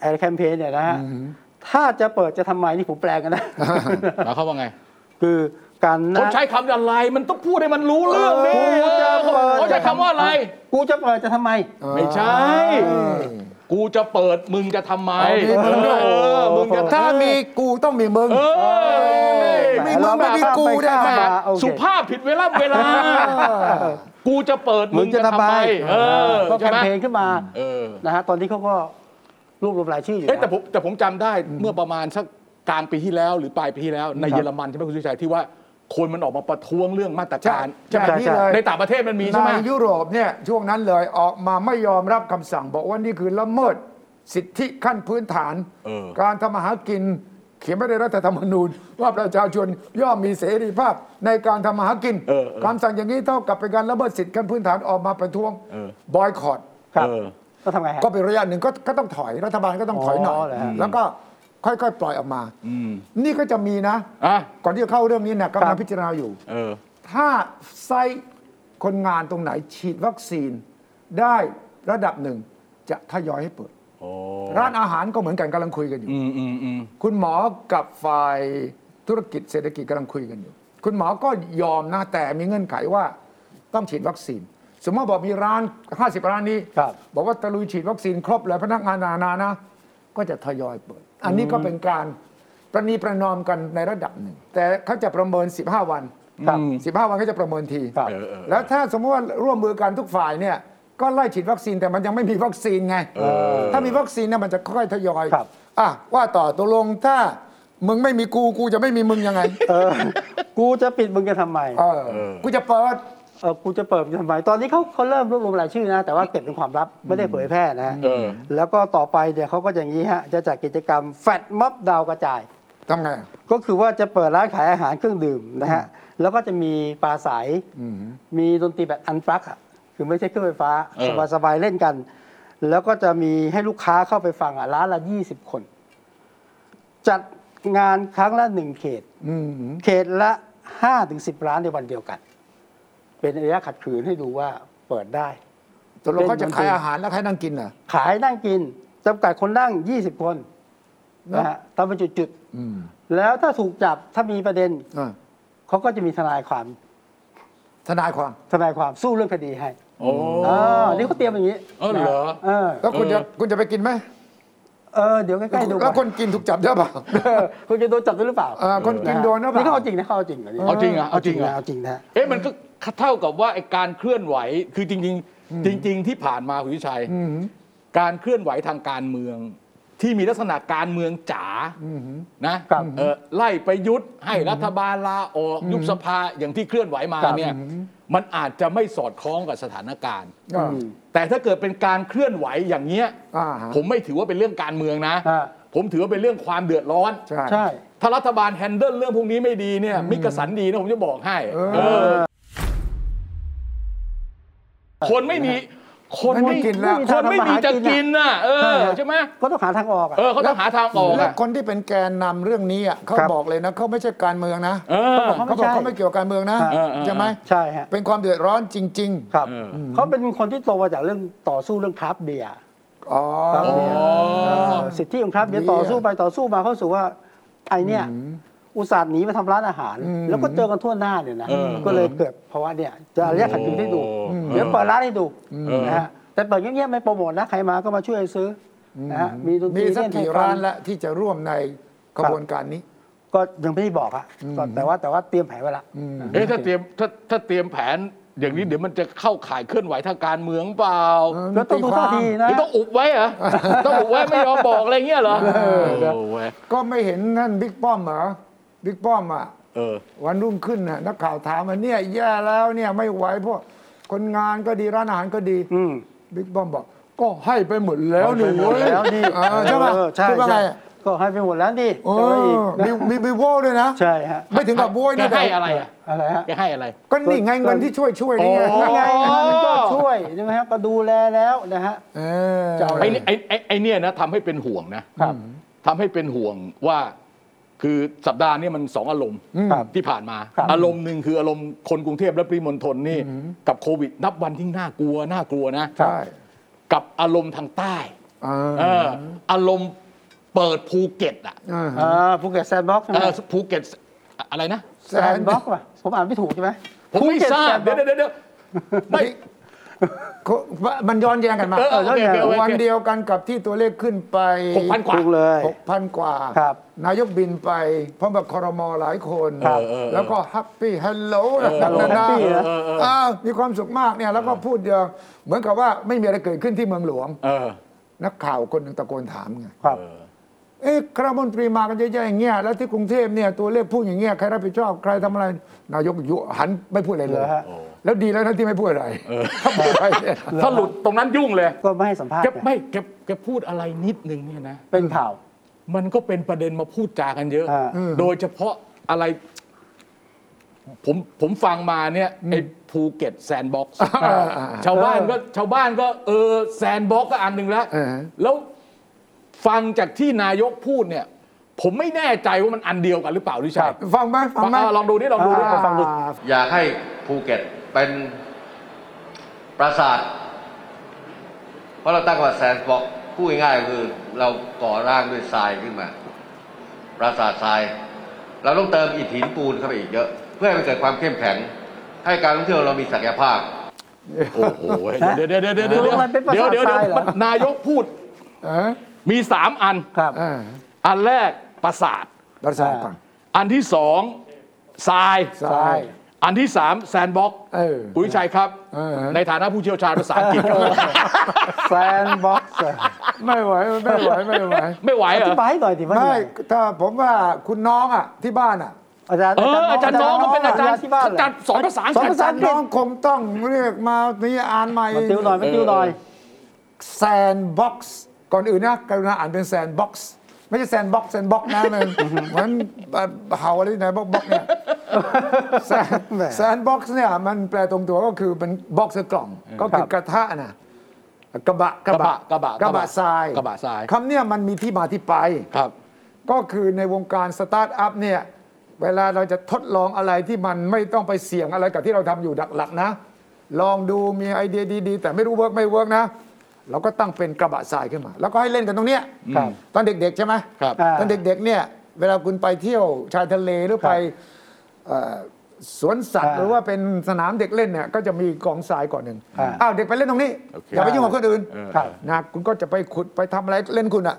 Speaker 1: ไอ้แคมเปญเนี่ยนะฮะ ถ้าจะเปิดจะทำไมนี่ผมแปลง
Speaker 3: [laughs]
Speaker 1: กันนะ
Speaker 2: หมายความว่าไง
Speaker 1: คือการ
Speaker 2: เขา
Speaker 1: นั่ง
Speaker 2: ใช้คำอะไรมันต้องพูดให้มันรู้เรื่องนี่
Speaker 1: กูจะเปิด
Speaker 2: เขาใช้คำว่าอะไร
Speaker 1: กูจะเปิดจะทำไม
Speaker 2: ไม่ใช่ กูจะเปิดมึงจะทำไม
Speaker 3: เอาดิ
Speaker 2: เอ
Speaker 3: มึงด้วย
Speaker 2: อ มึงจะ
Speaker 3: ถ้า
Speaker 2: ทำ
Speaker 3: มีกูต้องมีมึง
Speaker 2: เออ
Speaker 3: ไม่มึงไม่มีกู
Speaker 1: เอ
Speaker 3: ได้ไง
Speaker 1: อ
Speaker 2: แหม
Speaker 1: โเค
Speaker 2: สุภาพผิดเวลาเวลา กูจะเปิด
Speaker 1: มึ
Speaker 2: มึ
Speaker 1: ง
Speaker 2: ง
Speaker 1: จะ
Speaker 2: จะ
Speaker 1: ทำ
Speaker 2: ทำ
Speaker 1: ไม
Speaker 2: ไม เออ
Speaker 1: ก็แค
Speaker 2: ใช่
Speaker 1: ม
Speaker 2: ไหม
Speaker 1: เปญขึ้นมา
Speaker 2: เออ
Speaker 1: นะฮะตอนนี้เขาก็รวบรวมรายชื่ออยู่
Speaker 2: เอ้ยแต่
Speaker 1: นะ
Speaker 2: ผมแต่ผมจำได้เมื่อประมาณสักกลางปีที่แล้วหรือปลายปีที่แล้ว ใน
Speaker 1: ครับ
Speaker 2: เยอรมันใช่ไหมคุณสุชัยที่ว่าคนมันออกมาประท้วงเรื่องมาตร
Speaker 3: ใช่
Speaker 2: การ
Speaker 3: ใช่
Speaker 1: ใช่
Speaker 3: นี่เลย
Speaker 2: ในต่างประเทศมันมีใช่ไหม
Speaker 3: ในยุโรปเนี่ยช่วงนั้นเลยออกมาไม่ยอมรับคำสั่ง บอกว่านี่คือละเมิดสิทธิขั้นพื้นฐาน
Speaker 2: เออ
Speaker 3: การทำมาหากิน เขียนไว้ในรัฐธรรมนูญ ว่าประชาชนย่อมมีเสรีภาพในการทำมาหากิน
Speaker 2: เออเออ
Speaker 3: คำสั่งอย่างนี้เท่ากับเป็นการละเมิดสิทธิขั้นพื้นฐานออกมาประท้วง
Speaker 2: เออ
Speaker 3: บอยคอรด
Speaker 1: ครับ
Speaker 2: เออ
Speaker 1: ก็ทำไงฮะ
Speaker 3: ก็เป็นระยะหนึ่งก็ก็ต้องถอยรัฐบาลก็ต้องถอยหน่อย
Speaker 1: อ๋อเหรอฮะ
Speaker 3: แล้วก็ค่อยๆ ปล่อยออกมา
Speaker 2: อืม
Speaker 3: นี่ก็จะมีนะ
Speaker 2: อ่ะ
Speaker 3: ก่อนที่จะเข้าเรื่องนี้นะกำลังพิจารณาอยู่
Speaker 2: เออ
Speaker 3: ถ้าไซต์คนงานตรงไหนฉีดวัคซีนได้ระดับหนึ่ง จะทยอยให้เปิด
Speaker 2: โอ้
Speaker 3: ร้านอาหารก็เหมือนกันกำลังคุยกันอยู่
Speaker 2: อืมอืมอืม
Speaker 3: คุณหมอกับฝ่ายธุรกิจเศรษฐกิจกำลังคุยกันอยู่ คุณหมอก็ยอมนะแต่มีเงื่อนไขว่าต้องฉีดวัคซีน สมมติบอกมีร้าน 50 ร้านนี้
Speaker 1: ครับ
Speaker 3: บอกว่าตะลุยฉีดวัคซีนครบแล้วพนักงานนานานะ ก็จะทยอยเปิด อันนี้ก็เป็นการประนีประนอมกันในระดับหนึ่ง แต่เขาจะประเมิน 15 วัน
Speaker 1: ครับ
Speaker 3: 15 วันเขาจะประเมินที
Speaker 1: ครับ
Speaker 2: เออเออ
Speaker 3: แล้วถ้าสมมติว่าร่วมมือกันทุกฝ่ายเนี่ยก็ไล่ฉีดวัคซีนแต่มันยังไม่มีวัคซีนไง
Speaker 2: เออ
Speaker 3: ถ้ามีวัคซีนเนี่ยมันจะค่อยๆทยอย
Speaker 1: ครับ
Speaker 3: อ่ะว่าต่อตกลงถ้ามึงไม่มีกูกูจะไม่มีมึงยังไง
Speaker 1: เออ กูจะปิดมึงจะทำไม
Speaker 3: เออ กูจะเปิด
Speaker 1: เออกูจะเปิดมึงจะทำไมตอนนี้เขาเขาเริ่มรวบรวมรายชื่อนะ แต่ว่าเก็บเป็นความลับไม่ได้เผยแพร่นะฮะ
Speaker 2: เออ
Speaker 1: แล้วก็ต่อไปเนี่ยเขาก็อย่างนี้ฮะจะจัดกิจกรรมแฟดม็อบดาวกระจาย
Speaker 3: ทำไงอ่ะ
Speaker 1: ก็คือว่าจะเปิดร้านขายอาหารเครื่องดื่มนะฮะ แล้วก็จะมีปลาใส
Speaker 3: อืม
Speaker 1: มีดนตรีแบบอันปลั๊กอะคือไม่ใช่เครื่องไฟฟ้า
Speaker 2: เออ
Speaker 1: สบายๆเล่นกัน แล้วก็จะมีให้ลูกค้าเข้าไปฟังอ่ะร้านละ 20 คน จัดงานครั้งละหนึ่งเขต
Speaker 3: อืม
Speaker 1: เขตละ 5-10 ร้านในวันเดียวกัน เป็นระยะขัดขืนให้ดูว่าเปิดได้
Speaker 3: ตกลงเขาจะขายอาหารแล้วใครนั่งกินเหรอ
Speaker 1: ขายนั่งกินจำกัดคนนั่ง 20 คนนะฮะตามเป็นจุด
Speaker 3: อืม
Speaker 1: ๆ แล้วถ้าถูกจับถ้ามีประเด็น
Speaker 3: อ่ะ
Speaker 1: เขาก็จะมีทนายความ
Speaker 3: ทนายความ
Speaker 1: ทนายความสู้เรื่องคดีให้
Speaker 2: โอ้
Speaker 1: อ่านี่เขาเตรียมอย่างนี้
Speaker 2: เออเหรอ
Speaker 1: เออ
Speaker 3: แล้วคุณจะ
Speaker 2: เออ
Speaker 3: คุณจะไปกินไหม
Speaker 1: เออ เดี๋ยวใกล้ๆดูก่อ
Speaker 3: แล้วนคนกินถูกจับได้เปล่า
Speaker 1: เออ [laughs] คุณจะโดนจับด้วยหรือเปล่า
Speaker 3: อ่าคนกินโดนหรือเปล่า
Speaker 1: เขาเอาจริงนะเขาเอาจริงหนี่ย
Speaker 2: เอาจริงเหรอเอาจริงเหรอ
Speaker 1: นะเอาจริงนะ
Speaker 2: เอ๊ะมันก็เท่ากับว่าไอ้การเคลื่อนไหวคือจริง ๆ จริง ๆ ที่ผ่านมาคุณวิชัย
Speaker 3: อืม
Speaker 2: การเคลื่อนไหวทางการเมือง ที่มีลักษณะการเมืองจ๋านะครับ เอ่อไล่ประยุทธ์ให้รัฐบาลลาออกยุบสภาอย่างที่เคลื่อนไหวมา
Speaker 1: ครับ
Speaker 2: เนี่ยมันอาจจะไม่สอดคล้องกับสถานการณ์
Speaker 3: อ่า
Speaker 1: อืม
Speaker 2: แต่ถ้าเกิดเป็นการเคลื่อนไหวอย่างเงี้ย
Speaker 3: อ่าฮะ
Speaker 2: ผมไม่ถือว่าเป็นเรื่องการเมืองนะ
Speaker 1: อ่า
Speaker 2: ผมถือว่าเป็นเรื่องความเดือดร้อน
Speaker 3: ใช่
Speaker 1: ใช่
Speaker 2: ถ้ารัฐบาลแฮนเดิลเรื่องพวกนี้ไม่ดีเนี่ยมิกสันดีนะผมจะบอกให้
Speaker 3: เออ
Speaker 2: เออคนไม่มี คนไม่
Speaker 3: ไม่มีกินแล้ว
Speaker 2: คนไม่มีจะกินน่ะ เอ
Speaker 1: ใช่
Speaker 2: อ
Speaker 1: ฮะ
Speaker 2: ใช่ไหม
Speaker 1: ก็ต้องหาทางออกอะ
Speaker 2: เออเขาต้องหาทางออก
Speaker 3: และ
Speaker 2: อะ
Speaker 3: คนที่เป็นแกนนำเรื่องนี้อ่ะเขา
Speaker 1: ครับ
Speaker 3: บอกเลยนะเขาไม่ใช่การเมืองนะ
Speaker 2: เออ
Speaker 1: เขาไม่
Speaker 3: เขาบอก
Speaker 1: ใช่
Speaker 3: เขาไม่เกี่ยวกับการเมืองนะ
Speaker 2: เออเออ
Speaker 3: ใช่ไหม
Speaker 1: ใช่ฮะ
Speaker 3: เป็นความเดือดร้อนจริง
Speaker 1: ครับ
Speaker 2: เออ
Speaker 1: เขาเป็นคนที่โตมาจากเรื่องต่อสู้เรื่องคราฟต์เบียร์
Speaker 3: ๆอ๋อ
Speaker 1: คราฟต์เบียร์
Speaker 2: อ๋อ
Speaker 1: เออสิทธิของคราฟต์เบียร์
Speaker 3: เบียร์
Speaker 1: ต่อสู้ไปต่อสู้มาเขารู้สูว่าไอเนี่ยอุตส่าห์หนีมาทำร้านอาหาร
Speaker 3: อืม
Speaker 1: แล้วก็เจอกันทั่วหน้าเนี่ยนะ
Speaker 2: เออ
Speaker 1: ก็เลยเกิดภาวะเนี่ยจะเรียกขัดขืนให้ดู เดี๋ยวเปิดร้านให้ดู
Speaker 2: เออ
Speaker 1: นะฮะแต่เปิดเงียบๆไม่โปรโมทนะ ใครมาก็มาช่วยซื้ออนะฮะมีดนต
Speaker 3: มี
Speaker 1: รี
Speaker 3: สัก
Speaker 1: เล่นให้
Speaker 3: กี่
Speaker 1: ฟั
Speaker 3: ร้าง นละที่จะร่วมในกระบวนการนี้
Speaker 1: ก็ยังไม่ได้บอกอะก็แต่ว่าแต่ว่าเตรียมแผนไว้ละ
Speaker 2: เอ๊ะถ้าเตรียมถ้าถ้าเตรียมแผนอย่างนี้เดี๋ยวมันจะเข้าข่ายเคลื่อนไหวทางการเมืองเปล่า
Speaker 1: แล้วต้องดูท่าที
Speaker 2: ห
Speaker 1: นะ
Speaker 2: รือต้องอุบไว้เหร
Speaker 3: [laughs]
Speaker 2: อต้องอุบไว้ไม่ยอมบอกอะไรเงี้ยเหรอโอ้เว้ย
Speaker 3: ก็ไม่เห็นนั่นบิ๊กป้อมเหรอบิ๊กป้อมอ่ะ
Speaker 2: เออ
Speaker 3: วันรุ่งขึ้นน่ะนักข่าวถามมันเนี่ยแย่แล้วเนี่ยไม่ไหวพวกคนงานก็ดีร้านอาหารก็ดี
Speaker 1: อืม
Speaker 3: บิ๊กป้อมบอก ก็ให้ไปหมดแล้วนี่
Speaker 1: หมด
Speaker 3: เว้ย
Speaker 1: แล้วนี่
Speaker 3: เออใช่ไหม
Speaker 1: เออใช่
Speaker 3: พูดว่าไง
Speaker 1: ใช่ก็ให้ไปหมดแล้วดิ
Speaker 3: โอ้
Speaker 1: จะไว้อีกนะ
Speaker 3: มีมีมีโว้ด้วยนะ
Speaker 1: ใช่ฮะ
Speaker 3: ไม่ถึงกับโว้ย
Speaker 2: แก
Speaker 3: นะแต่
Speaker 2: ให้อะไรอ่ะ
Speaker 1: อะไรฮะ
Speaker 2: แกให้อะไร
Speaker 3: ก็นี่ไงเงินที่ช่วยช่วยนี่ไง
Speaker 2: โอ้
Speaker 1: ยังไงนะมันก็ช่วยใช่ไหมฮะก็ดูแลแล้วนะฮะ
Speaker 3: เออ
Speaker 1: จะเอา
Speaker 2: ไอ้
Speaker 1: ห
Speaker 2: เนี่ยไอ้ไอ้ไอ้เนี่ยนะทำให้เป็นห่วงนะครับ ทำให้เป็นห่วงว่า คือสัปดาห์เนี้มันสองอารมณ์
Speaker 3: อืมครับ
Speaker 2: ที่ผ่านมา
Speaker 1: ครับ
Speaker 2: อารมณ์หนึ่งคืออารมณ์คนกรุงเทพและปริมณฑลนี่ กับโควิด นับวันที่น่ากลัวน่ากลัวนะ
Speaker 3: ใช่
Speaker 2: กับอารมณ์ทางใต้
Speaker 3: เอ
Speaker 2: เอ
Speaker 3: อ
Speaker 2: ออารมณ์เปิดภูเก็ตอ่ะ
Speaker 3: เออ
Speaker 1: อ่าภูเก็ตแซนด์บ็อกซ์ใช่ไห
Speaker 2: เอ
Speaker 1: ม
Speaker 2: อภูเก็ตอะไรนะ
Speaker 3: แซ
Speaker 1: แซน
Speaker 3: น
Speaker 1: ด์บ็อกซ์ป่ะผมอ่านไม่ถูกใช่ไหม
Speaker 2: ผมไม่ทราบเดี๋ยวเดี๋ยวเดี๋ยวไม่
Speaker 3: [laughs] ก็มันย้อนแย้งกันมา
Speaker 2: เออเออโอเคโอเคโอ
Speaker 3: วัน
Speaker 2: เค
Speaker 3: เดียวกันกับที่ตัวเลขขึ้นไป
Speaker 2: หกพันกว่า
Speaker 1: ถูกเลย
Speaker 3: หกพันกว่า
Speaker 1: ครับ
Speaker 3: นายกบินไปพร้อมกับคอรมอหลายคน
Speaker 2: ครับเออเออ
Speaker 3: แล้วก็แฮปปี้ฮัลโหล
Speaker 1: ฮัลโหล
Speaker 3: นะ
Speaker 1: happy
Speaker 3: นะอ่ามีความสุขมากเนี่ยแล้วก็พูดเดียวเหมือนกับว่าไม่มีอะไรเกิดขึ้นที่เมืองหลวง
Speaker 2: เออ
Speaker 3: นักข่าวคนหนึ่งตะโกนถามไง
Speaker 1: ครับ
Speaker 3: เอ๊ะครัฐมนตรีมากันเยอะๆอย่างเงี้ยแล้วที่กรุงเทพเนี่ยตัวเลขพูดอย่างเงี้ยใครรับผิดชอบใครทำอะไร นายกยุหันไม่พูดอะไรเลย
Speaker 1: เหรอฮะ
Speaker 3: แล้วดีแล้วนะที่ไม่พูดอะไรถ้าพูดอะไรเนี่ย
Speaker 2: ถ้าหลุดตรงนั้นยุ่งเลย
Speaker 1: ก็ไม่ให้สัมภาษณ์
Speaker 2: แก
Speaker 1: ไง
Speaker 2: ไม่แกแกพูดอะไรนิดนึงเนี่ยนะ
Speaker 1: เป็นข่าว
Speaker 2: มันก็เป็นประเด็นมาพูดจากันเยอะ
Speaker 1: อ่า
Speaker 2: โดยเฉพาะอะไร ผมผมฟังมาเนี่ยไอ้ภูเก็ตแซนด์บ็อกซ์
Speaker 3: อ่าอ่า
Speaker 2: ชาวบ้านก็ชาวบ้านก็ เออแซนด์บ็อกซ์ก็อันหนึ่งแล้ว
Speaker 3: อ่าฮะ
Speaker 2: แล้วฟังจากที่นายกพูดเนี่ย ผมไม่แน่ใจว่ามันอันเดียวกันหรือเปล่าดิชัย
Speaker 3: ฟังไหมฟังไหม
Speaker 2: อ่าลองดูนี่ลองดูนี่
Speaker 1: อ่า
Speaker 2: ฟังดู
Speaker 5: อยากให้ภูเก็ตเป็นปราสาท เพราะเราตั้งว่าแซนบอกพูดง่ายๆคือเราก่อร่างด้วยทรายขึ้นมา ปราสาททราย เราต้องเติมอิฐหินปูนเข้าไปอีกเยอะ เพื่อให้มันเกิดความเข้มแข็ง ให้การท่องเที่ยวเรามีศักยภาพ
Speaker 2: โอ้โหเดี๋ยวเดี๋ยวเดี๋ยวเดี๋ยวเดี๋ยว
Speaker 1: คือมันเป็นประ
Speaker 2: เดี๋ย
Speaker 1: สาวท
Speaker 2: เดี๋ยว
Speaker 1: ทรายเหรอ
Speaker 2: นายกพูด
Speaker 3: เออ
Speaker 2: มีสามอัน
Speaker 1: ครับ
Speaker 3: เออ
Speaker 2: อันแรกประสาท
Speaker 3: รัฐศาสตร์ก่อน
Speaker 2: อันที่สองทราย
Speaker 3: ใช่
Speaker 2: อันที่สามแซนบ็อก
Speaker 3: เออ
Speaker 2: ปุ้ยชัยครับ
Speaker 3: เออฮะ
Speaker 2: ในฐานะผู้เชี่ยวชาญภาษาอังกฤษครับ
Speaker 1: แซนบ็อกซ์
Speaker 3: ไม่ไหวไม่ไหวไม่ไหว
Speaker 2: ไม่ไหว
Speaker 1: อ
Speaker 2: เหรอ
Speaker 1: ธิบายให้หน่อยดิว่า
Speaker 3: ไม่
Speaker 1: เนี่ย
Speaker 3: ถ้าผมว่าคุณน้องอ่ะที่บ้านอ่ะ
Speaker 1: อาจารย์
Speaker 2: เอออาจารย์น้องเขาเป็นอาจารย์
Speaker 1: ที่บ้านเหร
Speaker 2: อาจารย์สอนภาษาอังกฤษ
Speaker 1: สอนภาษาอังกฤษ
Speaker 3: น้องคงต้องเรียกมานี่อ่านใหม่
Speaker 1: มาติวหน่อยมาติวหน่อย
Speaker 3: แซนบ็อกซ์ก่อนอื่นนะกรุณาอ่านเป็นแซนบ็อกซ์ไม่ใช่แซนบ็อกซ์แซนบ็อกนะ
Speaker 2: [laughs]
Speaker 3: มันเหมือนเห่าอะไรที่ไหนบ็อกบ็อกเนี่ย
Speaker 1: แหม
Speaker 3: แซนบ็อกซ์เนี่ยมันแปลตรงตัวก็คือเป็นบ็อกซ์กล่อง ก็คือกระทะนะกระบะ
Speaker 2: กระบะกระบะ
Speaker 3: กระบะทราย
Speaker 2: กระบะทราย
Speaker 3: คำเนี่ยมันมีที่มาที่ไป
Speaker 2: ครับ
Speaker 3: ก็คือในวงการสตาร์ทอัพเนี่ย เวลาเราจะทดลองอะไรที่มันไม่ต้องไปเสี่ยงอะไรกับที่เราทำอยู่หลักๆนะ ลองดูมีไอเดียดีๆ แต่ไม่รู้เวิร์กไม่เวิร์กนะ เราก็ตั้งเป็นกระบะทรายขึ้นมา แล้วก็ให้เล่นกันตรงเนี้ย
Speaker 1: ครับ
Speaker 3: ตอนเด็กๆใช่ไหม
Speaker 2: ครับ
Speaker 1: อ่า
Speaker 3: ตอนเด็กๆเนี่ยเวลาคุณไปเที่ยวชายทะเลหรือไปเอ่อสวนสัตว์
Speaker 1: อ่า
Speaker 3: หรือว่าเป็นสนามเด็กเล่นเนี่ยก็จะมีกองทรายก่อนหนึ่ง
Speaker 1: อ่า
Speaker 3: อ้าวเด็กไปเล่นตรงนี้
Speaker 2: โอเค
Speaker 3: อย่าไปยุ่งกับคนอื่น
Speaker 2: เออ
Speaker 1: ครับ
Speaker 3: นะคุณก็จะไปขุดไปทำอะไรเล่นคุณอ่ะ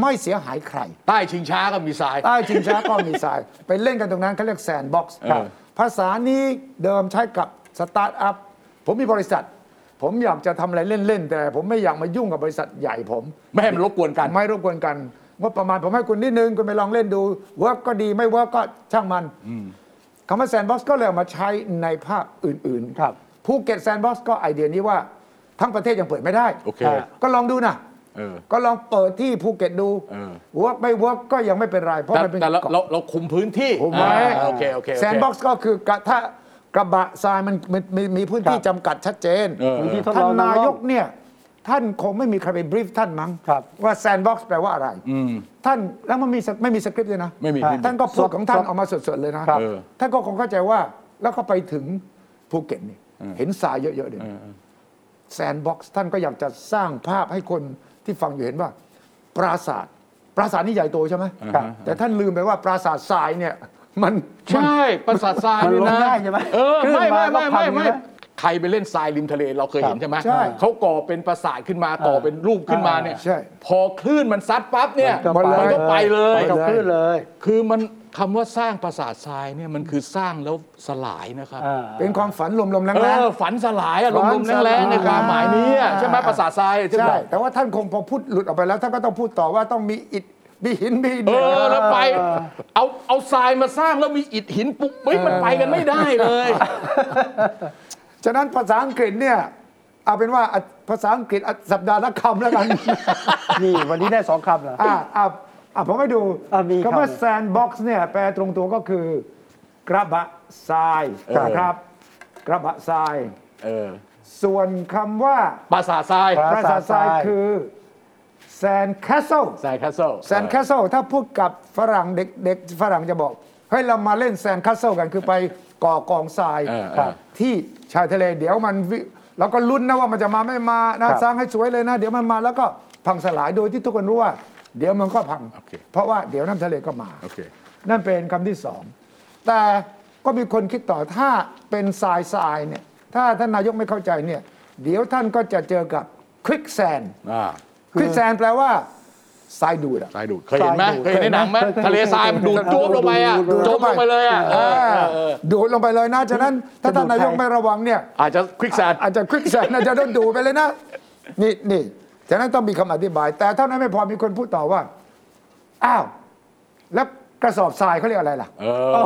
Speaker 3: ไม่เสียหายใคร
Speaker 2: ใต้ชิงช้าก็มีทราย
Speaker 3: ใต้ชิงช้าก็มีทราย ไปเล่นกันตรงนั้นเขาเรียกแซนบ็อกซ์
Speaker 2: เออ
Speaker 3: ภาษานี้เดิมใช้กับสตาร์ทอัพผมมีบริษัท ผมอยากจะทำอะไรเล่น ๆ แต่ผมไม่อยากมายุ่งกับบริษัทใหญ่ผม
Speaker 2: ไม่ให้มันรบกวนกัน
Speaker 3: ไม่รบกวนกันงบประมาณผมให้คุณนิดนึง คุณไปลองเล่นดูเวิร์กก็ดีไม่เวิร์กก็ช่างมันคำว่าแซนบ็อกซ์ก็เลยเอามาใช้ในภาคอื่นๆ
Speaker 1: ครับ
Speaker 3: ภูเก็ตแซนบ็อกซ์ก็ไอเดียนี้ว่าทั้งประเทศยังเปิดไม่ได้
Speaker 2: โอเค
Speaker 1: อ่า
Speaker 3: ก็ลองดูนะ
Speaker 2: เออ
Speaker 3: ก็ลองเปิดที่ภูเก็ตดู
Speaker 2: เออ
Speaker 3: เวิร์กไม่เวิร์กก็ยังไม่เป็นไรเพราะ
Speaker 2: แต่
Speaker 3: มันเป็น
Speaker 2: แต่เรา
Speaker 3: เกาะ
Speaker 2: เราเราคุมพื้นที่
Speaker 3: ผมไว้
Speaker 2: อ่าโอเคโอเคโเค
Speaker 3: แซนบ็อกซ์ก็คือกระทะกระบะทรายมันมันมีมีพื้นที่
Speaker 1: ครับ
Speaker 3: จำกัดชัดเจน
Speaker 2: เออ
Speaker 1: พื้นที่ทดล
Speaker 3: ท่า
Speaker 1: อน ง
Speaker 3: นายก
Speaker 1: อง
Speaker 3: เนี่ย ท่านคงไม่มีใครไปบรีฟท่านมั้ง
Speaker 1: ครับ
Speaker 3: ว่าแซนบ็อกซ์แปลว่าอะไร
Speaker 2: อืม
Speaker 3: ท่านแล้วมันมีสไม่มีสคริปต์เลยนะ
Speaker 2: ไม่มี
Speaker 1: อ่า
Speaker 2: ไม่มี
Speaker 3: ท่านก็พู
Speaker 1: ส
Speaker 3: ด
Speaker 1: ด
Speaker 3: ของท่า
Speaker 1: ส
Speaker 3: น
Speaker 1: ด
Speaker 3: ออกมาสดๆเลยนะครับ
Speaker 2: เออ
Speaker 3: ท่านก็คงเข้าใจว่าแล้วก็ไปถึงภูเก็ตเนี่ยเห็นทรายเยอะๆเดี๋ยวนี้แซนบ็อกซ์ท่านก็อยากจะสร้างภาพให้คนที่ฟังอยู่เห็นว่า ปราสาทปราสาทนี่ใหญ่โตใช่ไหม
Speaker 1: ครับ
Speaker 3: แต่ท่านลืมไปว่าปราสาททรายเนี่ยมัน
Speaker 2: ใช่ประสาททราย
Speaker 1: มัน
Speaker 2: ด้วย
Speaker 1: ลง
Speaker 2: นะ
Speaker 1: ได้ใช่ไหม
Speaker 2: เออ
Speaker 1: คลื่น
Speaker 2: ไม่
Speaker 1: มา
Speaker 2: ไม่
Speaker 1: ก็
Speaker 2: ไม่
Speaker 1: พัง
Speaker 2: ไม่ไม่
Speaker 1: ใช่ไหม
Speaker 2: ใครไปเล่นทรายริมทะเลเราเคยเห็นใช่ไหม
Speaker 3: ใช่
Speaker 2: เขาก่อเป็นปราสาทขึ้นมาก่อเป็นรูปขึ้นมาเนี่ย
Speaker 3: ใช่
Speaker 2: พอคลื่นมันซัดปั๊บเนี่ย
Speaker 1: ก็
Speaker 2: มัน
Speaker 1: ไป
Speaker 2: ก็ไปเลย
Speaker 1: จบขึ้นเลย
Speaker 2: คือมันคำว่าสร้างปราสาททรายเนี่ยมันคือสร้างแล้วสลายนะครับ
Speaker 1: อ่า
Speaker 3: เป็นความฝันลมๆแร
Speaker 2: เอง อฝันสลายอะล
Speaker 3: ฝั
Speaker 2: ม
Speaker 3: น
Speaker 2: ๆ
Speaker 3: สลาย
Speaker 2: แรงๆในความหมายนี้อะใช่ไหมปราสาททรายอะ
Speaker 3: ๆ
Speaker 2: ที่บ
Speaker 3: ใช่
Speaker 2: อก
Speaker 3: แต่ว่าท่านคงพอพูดหลุดออกไปแล้วท่านก็ต้องพูดต่อว่าต้องมีอิฐมีหินมี
Speaker 2: เอ
Speaker 3: เนี่ย
Speaker 2: อแล้วไปเอาเอาทรายมาสร้างแล้วมีอิฐหินปุ๊บเฮ้ยมันไปกันไม่ได้เลย
Speaker 3: ฉะนั้นภาษาอังกฤษเนี่ยเอาเป็นว่าอ่ะภาษาอังกฤษอ่ะสัปดาห์ละคำแล้ว
Speaker 2: [laughs]
Speaker 3: กัน
Speaker 1: นี่วันนี้ได้สองคำเหรอ
Speaker 3: อ่าอ่าอ่าผมให้ดู
Speaker 1: อ่ะมีครับ
Speaker 3: คำว่าแซนบ็อกซ์เนี่ยแปลตรงตัวก็คือกระบะทราย
Speaker 2: เออ
Speaker 3: ครับ กระบะทราย
Speaker 2: เออ
Speaker 3: ส่วนคำว่า
Speaker 2: ปราสาททราย
Speaker 1: ค ป บ
Speaker 3: ปรา
Speaker 1: รา
Speaker 3: สา
Speaker 1: สาท
Speaker 3: ททรา
Speaker 1: ทา
Speaker 3: ร
Speaker 1: ย ย
Speaker 3: คือแซนแคสเซิล
Speaker 2: ทรายแคสเซล
Speaker 3: แซนคาสเซิลถ้าพูดกับฝรั่งเด็กๆฝรั่งจะบอกเฮ้ยเรามาเล่นแซนคาสเซิลกันคือไปก่อกองทราย
Speaker 2: เออเออ
Speaker 3: ครับที่ชายทะเลเดี๋ยวมันวิเราก็ลุ้นนะว่ามันจะมาไม่มานะครับ สร้างให้สวยเลยนะ เดี๋ยวมันมาแล้วก็พังสลายโดยที่ทุกคนรู้ว่า เดี๋ยวมันก็พัง เพราะว่าเดี๋ยวน้ำทะเลก็มา
Speaker 2: โอเค
Speaker 3: นั่นเป็นคำที่สองแต่ก็มีคนคิดต่อถ้าเป็นทรายทรายเนี่ยถ้าท่านนายกไม่เข้าใจเนี่ยเดี๋ยวท่านก็จะเจอกับควิกแซน
Speaker 2: อ่า
Speaker 3: ควิกแซนแปลว่าทรายดูดอะ
Speaker 2: ทรายดูดเคยเห็นไหม
Speaker 1: ทรายดูด
Speaker 2: เคยเห็นในหนังไหม
Speaker 1: เคยเคย
Speaker 2: ทะเลทรายมันดูด
Speaker 1: เคยเคย
Speaker 2: จ้วบลงไปอ่ะ
Speaker 3: ดูด
Speaker 2: จ
Speaker 3: เข้าม
Speaker 2: ลง
Speaker 3: ไป
Speaker 2: ไปเลยอ่ะเออเออเออ
Speaker 3: ดูดลงไปเลยนะ ฉะนั้นถ้าท่าน
Speaker 1: จะดูด
Speaker 3: นายก
Speaker 1: ใคร
Speaker 3: ไม่ระวังเนี่ย
Speaker 2: อาจจะควิกแซน
Speaker 3: อาจจะควิกแซนอาจจะโดนดูดไปเลยนะ นี่นี่ฉะนั้นต้องมีคำอธิบาย แต่เท่านั้นไม่พอมีคนพูดต่อว่า อ้าว แล้วกระสอบทรายเขาเรียกอะไรล่ะ
Speaker 2: เออโ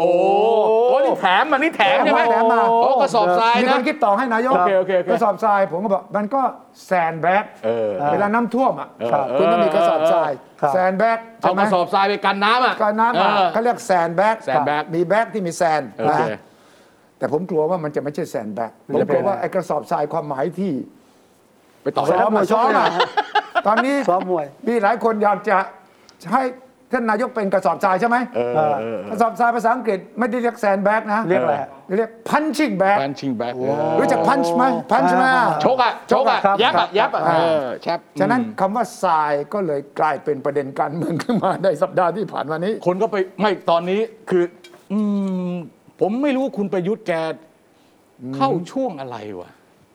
Speaker 2: อ้โหนี่แถมมันนี่แถมใช่ไหม
Speaker 3: แถมมา
Speaker 2: โอ้กระสอบทราย
Speaker 3: มีค
Speaker 2: นะ
Speaker 3: นคิดต่อให้นายก
Speaker 2: โอเคโอเคโอเค
Speaker 3: กระสอบทราย ผมก็บอก มันก็แซนแบ็ก
Speaker 2: เออ
Speaker 3: เวลาน้ำท่วมอ่ะ
Speaker 2: เออ
Speaker 3: คุณต้องมีกระสอบทราย
Speaker 1: ครับ
Speaker 3: แซนแบ็กใช่
Speaker 2: เอา
Speaker 3: ไหม
Speaker 2: กระสอบทรายไปกันน้ำอ่ะ
Speaker 3: ก็น้ำมา
Speaker 2: เออ
Speaker 3: เขาเรียกแซนแบ็ก
Speaker 2: แซนแบ็ก
Speaker 3: มีแบ็กที่มีแซน
Speaker 2: โอเค
Speaker 3: นะ แต่ผมกลัวว่ามันจะไม่ใช่แซนแบ็กผม
Speaker 2: จะ
Speaker 3: ก
Speaker 2: เป็นอะไร
Speaker 3: ลัวว่าไอ้กระสอบทรายความหมายที่
Speaker 2: ไปต่อ
Speaker 3: ซ้อม
Speaker 1: มวย
Speaker 3: มาซ้อม
Speaker 1: ใช่ไหม
Speaker 3: อะตอนนี้
Speaker 1: ซ้อมมวย
Speaker 3: มีหลายคนอยากจะให้ ท่านนายกเป็นกระสอบทรายใช่ไหม
Speaker 2: เออเออ
Speaker 3: กระสอบทรายภาษาอังกฤษไม่ได้เรียกแซนแบ็กนะ
Speaker 1: เรียกอะไรฮะ
Speaker 3: เรียก punching bag
Speaker 2: punching bag เออ
Speaker 3: รู้จัก punch ไหม punch ไหม
Speaker 2: ชกอะชกอะ
Speaker 1: ครับ
Speaker 2: ยับ
Speaker 1: ค
Speaker 2: อะ
Speaker 1: รั
Speaker 2: ยั
Speaker 1: บ
Speaker 2: บอะ
Speaker 3: ครั
Speaker 2: เอ
Speaker 3: บ
Speaker 2: อแชป
Speaker 3: ฉะนั้น
Speaker 2: อืม
Speaker 3: คำว่าทรายก็เลยกลายเป็นประเด็นการเมืองขึ้นมาในสัปดาห์ที่ผ่านมานี้
Speaker 2: คนก็ไปไม่ตอนนี้คือ อืม ผมไม่รู้คุณประยุทธ์แกเข้าช่วงอะไรวะ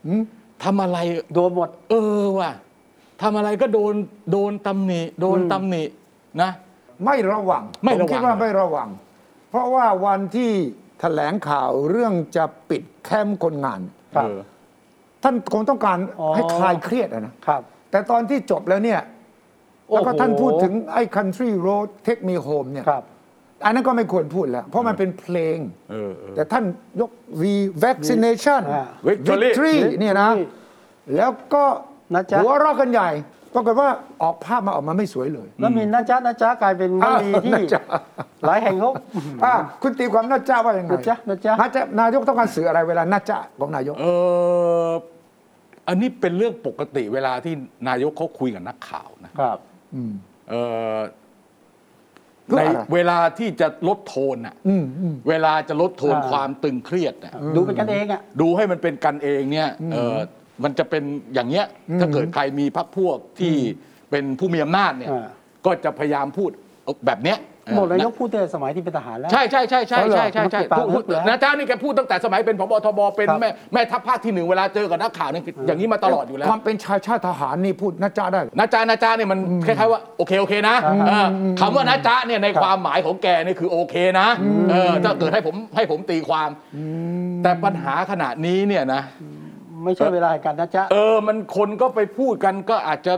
Speaker 3: อืม
Speaker 2: ทำอะไร
Speaker 1: โดนหมด
Speaker 2: เออว่ะทำอะไรก็โดนโดนตำหนิ โดนตำหนินะ
Speaker 3: ไม่ระวัง
Speaker 2: ไม่ระวัง
Speaker 3: ผคิดว่าไม่ระวัง เพราะว่าวันที่แถลงข่าวเรื่องจะปิดแคมป์คนงาน
Speaker 1: ครับ
Speaker 2: เออ
Speaker 3: ท่านคงต้องการ
Speaker 1: อ๋อ
Speaker 3: ให้คลายเครียดอะนะ
Speaker 1: ครับ
Speaker 3: แต่ตอนที่จบแล้วเนี่ย
Speaker 1: โอ้โห
Speaker 3: แล้วก็ท่านพูดถึงไอ้ country road take me home เนี่ย
Speaker 1: ครับ
Speaker 3: อันนั้นก็ไม่ควรพูดแล้ว เพราะมันเป็นเพลง
Speaker 2: เออเออ
Speaker 3: แต่ท่านยก v vaccination
Speaker 1: อ่า
Speaker 2: Victory
Speaker 3: เนี่ยนะ
Speaker 1: Victory
Speaker 3: แล้วก็
Speaker 1: นะจ๊ะ
Speaker 3: หัวเราะกันใหญ่ ปรากฏว่าออกภาพมาออกมาไม่สวยเลย
Speaker 1: แล้วมีนะจ๊ะนะจ๊ะกลายเป็นวลีที่
Speaker 3: นะจ๊ะ
Speaker 1: หลายแห่งเขา
Speaker 3: อ่ะคุณตีความน่าจ้าว่ายังไง
Speaker 1: น่าจ๊ะน่าจ๊ะ
Speaker 3: น่าจ๊ะนายกต้องการสื่ออะไรเวลาน่าจ้าของนายก
Speaker 2: เอออันนี้เป็นเรื่องปกติเวลาที่นายกเขาคุยกับนักข่าวนะครับ เออ
Speaker 3: เพื่อ
Speaker 2: ใน
Speaker 3: อะไร
Speaker 2: เวลาที่จะลดโทนอ่ะ
Speaker 3: อืมอืม
Speaker 2: เวลาจะลดโทน
Speaker 1: อ่า
Speaker 2: ความตึงเครียดน่ะ
Speaker 1: ดูเป็นกันเองอ่ะ
Speaker 2: ดูให้มันเป็นกันเองเนี่ยเออมันจะเป็นอย่างเงี้ย ถ้าเกิดใครมีพรรคพวกที่เป็นผู้มีอำนาจเนี่ย
Speaker 1: อ่า
Speaker 2: ก็จะพยายามพูดแบบเนี้ยเออ
Speaker 1: หมดเลย
Speaker 2: นะ
Speaker 1: ยกพูดแต่สมัยที่เป็นทหารแล้ว
Speaker 2: ใช่ใช่ใช่ใช่
Speaker 1: อ๋อเหรอ
Speaker 2: ใช่ใช่ใช่
Speaker 1: เมื่อกี้ปาก
Speaker 2: พูด
Speaker 1: ลึกแล้ว
Speaker 2: นะจ้านี่แกพูดตั้งแต่สมัยเป็นพบทบเป็น
Speaker 1: ครับ
Speaker 2: แม่แม่ทัพภาคที่หนึ่งเวลาเจอกับนักข่าวเนี่ยอย่างนี้มาตลอดอยู่แล้ว
Speaker 3: ความเป็นชายชาติทหารนี่พูดน่าจ้าได้เหรอ
Speaker 2: นะจ้านะจ้าเนี่ยมันคล้ายๆว่าโอเคโอเคนะเออคำว่านะจ้าเนี่ยในความหมายของแกเนี่ยคือโอเคนะเออถ้าเกิดให้ผมให้ผมตีความ แต่ปัญหาขณะนี้เนี่ยนะ
Speaker 1: ไม่ใช่เวลาแห่งการนะจ๊ะ
Speaker 2: เออ มันคนก็ไปพูดกันก็อาจจะ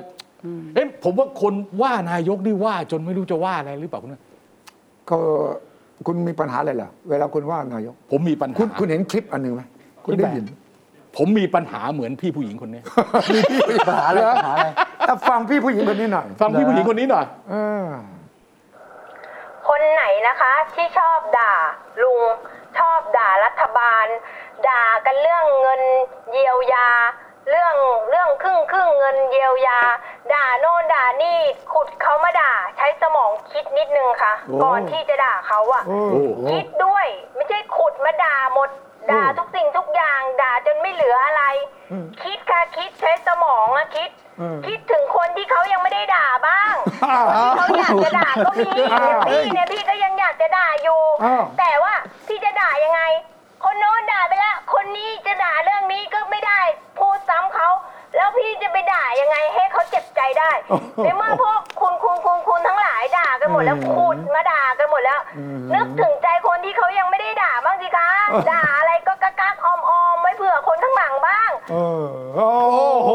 Speaker 2: เอ๊ะผมว่าคนว่านายกนี่ว่าจนไม่รู้จะว่าอะไรหรือเปล่าคุณว่า
Speaker 3: ก็คุณมีปัญหาอะไรล่ะ เวลาคุณว่านายก
Speaker 2: ผมมีปัญ
Speaker 3: คุ
Speaker 2: หา
Speaker 3: ณคุณเห็นคลิปอันหนึ่งไหมคุณ
Speaker 1: คลิป
Speaker 3: ได้
Speaker 1: แบบ
Speaker 3: ยิน
Speaker 2: ผมมีปัญหาเหมือนพี่ผู้หญิงคนนี้
Speaker 1: ปัญหาอะไรปัญหาอะไร
Speaker 3: อ่ะฟังพี่ผู้หญิงคนนี้หน่อย
Speaker 2: ฟังพี่ผู้หญิงคนนี้หน่อย
Speaker 3: เออ
Speaker 6: คนไหนนะคะที่ชอบด่าลุง ชอบด่ารัฐบาล ด่ากันเรื่องเงินเยียวยา เรื่องเรื่องครึ่งครึ่งเงินเยียวยา ด่าโน่นด่านี่ขุดเขามาด่า ใช้สมองคิดนิดนึงค่ะ
Speaker 3: โอ้
Speaker 6: ก่อนที่จะด่าเขาอะ
Speaker 3: โอ้
Speaker 2: โอ้
Speaker 6: คิดด้วยไม่ใช่ขุดมาด่าหมด ด่าทุกสิ่งทุกอย่าง ด่าจนไม่เหลืออะไร คิดค่ะคิดใช้สมองอะคิด คิดถึงคนที่เขายังไม่ได้ด่าบ้าง เขาอยากจะด่าก็มีอย่างพี่เนี่ยพี่ก็ยังอยากจะด่าอยู่
Speaker 3: อ้าว
Speaker 6: แต่ว่าพี่จะด่ายังไง คนโน้นด่าไปละ คนนี้จะด่าเรื่องนี้ก็ไม่ได้พูดซ้ำเขา แล้วพี่จะไปด่ายังไงให้เขาเจ็บใจได้ในเมื่อพวกคุณคุณคุณคุณทั้งหลายด่ากันหมดแล้วขุดมาด่ากันหมดแล้ว นึกถึงใจคนที่เขายังไม่ได้ด่าบ้างสิคะด่าอะไรก็กักกักออมออมๆไว้เผื่อคนข้างหลังบ้าง
Speaker 3: เออโอ้โห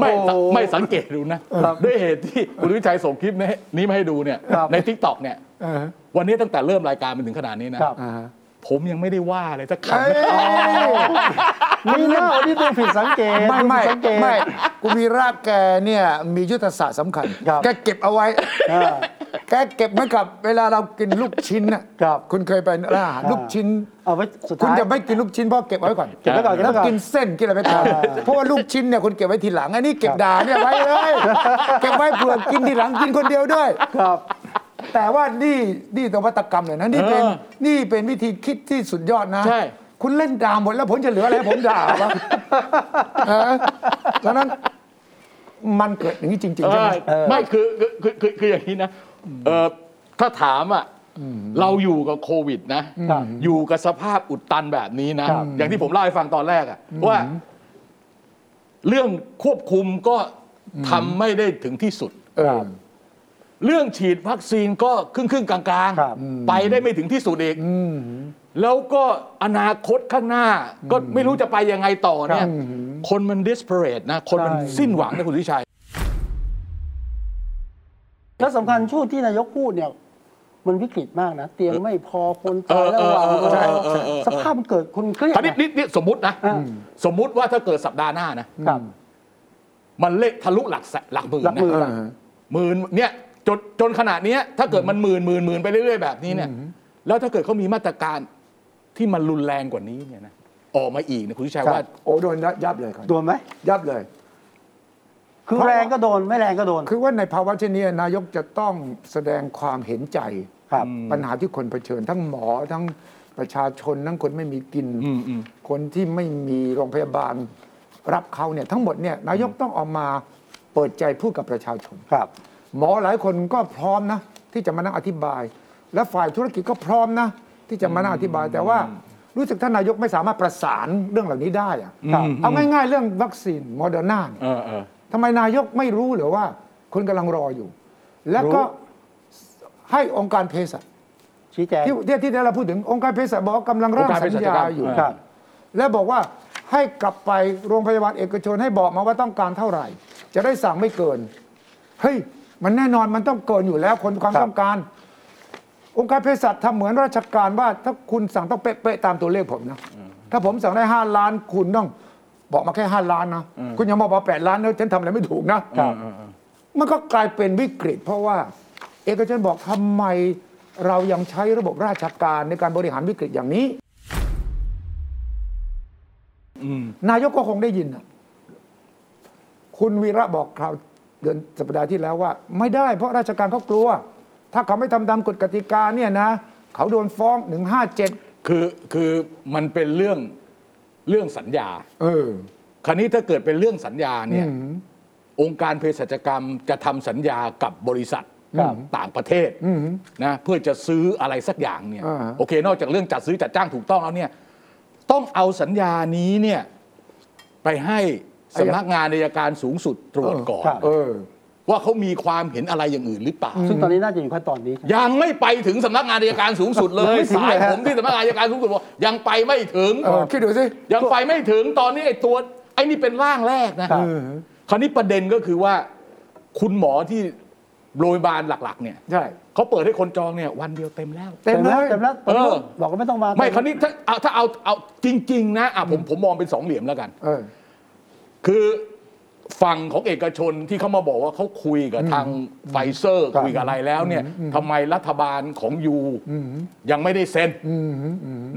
Speaker 2: ไม่สังไม่สังเกตดูนะ ด้วยเหตุที่คุณวิชัยส่งคลิปนี้นี้มาให้ดูเนี่ย
Speaker 3: ครับ
Speaker 2: ในทิกตอกเนี่ย
Speaker 3: เออ
Speaker 2: วันนี้ตั้งแต่เริ่มรายการมาถึงขนาดนี้นะ
Speaker 1: ครับ
Speaker 3: อ่าฮะ
Speaker 2: ผมยังไม่ได้ว่าเลยสักค
Speaker 3: เอ้ย
Speaker 1: มีหน้าที่ดูผิดสังเกต
Speaker 3: ไม่ไม่
Speaker 1: ดูผิดสังเกต
Speaker 3: ไม่กูมีรากแกเนี่ย มียุทธศาสตร์สำคัญ
Speaker 1: ครับ
Speaker 3: แกเก็บเอาไว้
Speaker 1: อ่า
Speaker 3: แกเก็บเหมือนกับเวลาเรากินลูกชิ้นน่ะ
Speaker 1: ครับ
Speaker 3: คุณเคยไปร้านอาหารลูกชิ้น
Speaker 1: เอาไว้สุด
Speaker 3: คุณ
Speaker 1: ท้าย
Speaker 3: จะไม่กินลูกชิ้นเพราะเก็บเอาไว้ก่อน
Speaker 1: เก็บไว้ก่อนเก็บไว้ก่อน
Speaker 3: แล้วกินเส้นกินอะไรไปทาน
Speaker 1: อ่า
Speaker 3: เพราะว่าลูกชิ้นเนี่ยคนเก็บไว้ทีหลังอันนี้เก็บด่าเนี่ยไว้เลยเก็บไว้เผื่อกินทีหลังกินคนเดียวด้วย
Speaker 1: ครับ
Speaker 3: แต่ว่านี่นี่นวัตกรรมเลยนะนี่เป็น
Speaker 2: เออ
Speaker 3: นี่เป็นวิธีคิดที่สุดยอดนะ
Speaker 2: ใช่
Speaker 3: คุณเล่นด่าหมดแล้วผมจะเหลืออะไรให้ผมด่าวะเออฉะนั้นมันเกิดอย่างนี้จริงๆ
Speaker 2: เอ
Speaker 3: ใช่ไห
Speaker 2: อ
Speaker 3: ม
Speaker 2: ไม่คือคือคือคือคืออย่างนี้นะเออถ้าถามอ่ะเราอยู่กับโควิดนะ
Speaker 1: ครับ
Speaker 2: อยู่กับสภาพอุดตันแบบนี้นะ
Speaker 1: ครับ
Speaker 2: อย่างที่ผมเล่าให้ฟังตอนแรกอะว่า เรื่องควบคุมก็ทำไม่ได้ถึงที่สุด
Speaker 3: เออ
Speaker 2: เรื่องฉีดวัคซีนก็ครึ่งครึ่งๆกลาง
Speaker 1: ครับ
Speaker 2: ๆ ไปได้ไม่ถึงที่สุดเองแล้วก็อนาคตข้างหน้า ก็ไม่รู้จะไปยังไงต่อเนี่ย คนมัน desperate นะ คนมัน
Speaker 1: ใช่
Speaker 2: สิ้นหวังนะคุณวิชัย
Speaker 1: แล้วสำคัญช่วงที่นายกพูดเนี่ย มันวิกฤตมากนะ เตียงไม่พอคนตายระหว่าง
Speaker 2: เออเออเออ
Speaker 1: รอ
Speaker 2: เออเออ
Speaker 1: สภาพมันเกิดคุณเครียด
Speaker 2: [laughs] ตอนนี้
Speaker 1: นะ
Speaker 2: นี่นี่สมมตินะ
Speaker 1: อ่า
Speaker 2: สมมุติว่าถ้าเกิดสัปดาห์หน้านะ
Speaker 1: ครับ
Speaker 2: มันเลขทะลุหลักแสนหลักหมื่น
Speaker 1: หลักหมื่น
Speaker 2: นะหมื่นเนี่ยจนจนขนาดเนี้ย ถ้าเกิดมันหมื่นหมื่นหมื่นไปเรื่อยๆแบบนี้เนี่ย แล้วถ้าเกิดเขามีมาตรการที่มันรุนแรงกว่านี้เนี่ยนะออกมาอีกนะคุณวิชัย
Speaker 3: ครับ
Speaker 2: ว่า
Speaker 3: โอ้โดนยับเลยครับ
Speaker 1: โดนไหม
Speaker 3: ยับเลย
Speaker 1: คือแรงก็โดนไม่แรงก็โดน
Speaker 3: คือว่าในภาวะเช่นนี้นายกจะต้องแสดงความเห็นใจ
Speaker 1: ครับ
Speaker 3: ปัญหาที่คนเผชิญทั้งหมอทั้งประชาชนทั้งคนไม่มีกิน
Speaker 2: อืมอืม
Speaker 3: คนที่ไม่มีโรงพยาบาลรับเขาเนี่ยทั้งหมดเนี่ยนายกต้องออกมาเปิดใจพูดกับประชาชน
Speaker 1: ครับ
Speaker 3: หมอหลายคนก็พร้อมนะ ที่จะมานั่งอธิบาย และฝ่ายธุรกิจก็พร้อมนะ ที่จะมานั่งอธิบาย แต่ว่ารู้สึกท่านนายกไม่สามารถประสานเรื่องเหล่านี้ได้อะ
Speaker 2: อืม
Speaker 3: เอาง่ายๆเรื่องวัคซีนโมเดอร์นาเนี่ย
Speaker 2: เออเออ
Speaker 3: ทำไมนายกไม่รู้เหรือว่าคนกำลังรออยู่ แล้วก็
Speaker 1: รู้
Speaker 3: ให้องค์การเภสัช
Speaker 1: ชี้แจง
Speaker 3: ที่ที่ที่เราพูดถึงองค์การเภสัชบอกว่ากำลังร่า
Speaker 2: อ
Speaker 3: ง
Speaker 2: งค์การเภ
Speaker 3: สัญ
Speaker 2: สัช
Speaker 3: ญาก
Speaker 2: รรม
Speaker 3: อยู่
Speaker 2: ครับ
Speaker 3: แล้วบอกว่าให้กลับไปโรงพยาบาลเอกชนให้บอกมาว่าต้องการเท่าไหร่ จะได้สั่งไม่เกิน เฮ้ย มันแน่นอนมันต้องเกินอยู่แล้วคนความ
Speaker 1: ครับ
Speaker 3: ต้องการ องค์การเภสัชทำเหมือนราชการว่า ถ้าคุณสั่งต้องเป๊ะๆตามตัวเลขผมนะ ถ้าผมสั่งได้ 5 ล้านคุณต้องบอกมาแค่ 5 ล้านนะ คุณอยังมาบอก8ล้านนะฉันทำอะไรไม่ถูกนะ
Speaker 2: เออเออ
Speaker 3: มันก็กลายเป็นวิกฤต เพราะว่าเอกชนบอกทำไมเรายังใช้ระบบราชการในการบริหารวิกฤตอย่างนี้
Speaker 2: อืม
Speaker 3: นายกก็คงได้ยินน่ะคุณวีระบอกคราวเดือนสัปดาห์ที่แล้วว่า ไม่ได้เพราะราชการเขากลัว ถ้าเขาไม่ทำตามกฎกติกาเนี่ยนะ เขาโดนฟ้อง 157
Speaker 2: คือคือมันเป็นเรื่องเรื่องสัญญา
Speaker 3: เออ
Speaker 2: คราวนี้ถ้าเกิดเป็นเรื่องสัญญาเนี่ย
Speaker 3: อืม
Speaker 2: องค์การเภสัชกรรมจะทำสัญญากับบริษัท
Speaker 3: ครับ
Speaker 2: ต่างประเทศ
Speaker 3: อืม
Speaker 2: นะเพื่อจะซื้ออะไรสักอย่างเนี่ย
Speaker 3: อ่าฮะ
Speaker 2: โอเค นอกจากเรื่องจัดซื้อจัดจ้างถูกต้องแล้วเนี่ยต้องเอาสัญญานี้เนี่ยไปให้สำนักงานอัยการสูงสุดตรวจก่อน
Speaker 1: ครับ
Speaker 3: เออ
Speaker 2: ว่าเขามีความเห็นอะไรอย่างอื่นหรือเปล่า
Speaker 1: ซึ่งตอนนี้น่าจะอยู่ขั้นตอนนี้ใช่ไหม
Speaker 2: ยังไม่ไปถึงสำนักงานอัยการสูงสุดเล
Speaker 1: ยัง
Speaker 2: ย
Speaker 1: ไม่ถึง
Speaker 2: สา
Speaker 1: เลย ยฮะ
Speaker 2: ผมที่สำนักงานอัยการสูงสุดบอกยังไปไม่ถึง
Speaker 3: เออ คิดดูสิ
Speaker 2: ยังไปไม่ถึงตอนนี้ไอ้ตัวไอ้นี่เป็นร่างแรกนะ
Speaker 1: ครั
Speaker 3: เออ
Speaker 2: คราวนี้ประเด็นก็คือว่า คุณหมอที่โรงพยาบาลหลัก ๆ เนี่ย
Speaker 3: ใช่
Speaker 2: เขาเปิดให้คนจองเนี่ยวันเดียวเต็มแล้ว
Speaker 3: เต็มแล้ว
Speaker 1: เต็มแล้ว
Speaker 2: เออ
Speaker 1: บอกว่าไม่ต้องมา
Speaker 2: ไม่คราวนี้ถ้าเอาถ้าเอาเอาจริง ๆ นะอ่ะผมผมมองเป็นสองเหลี่ยมแล้วกัน
Speaker 3: เออ
Speaker 2: คือฝั่งของเอกชนที่เขามาบอกว่าเขาคุยกับทางไฟเซอร์
Speaker 3: ครับ
Speaker 2: คุยกับอะไรแล้วเนี่ยทำไมรัฐบาลของยูยังไม่ได้เซ็น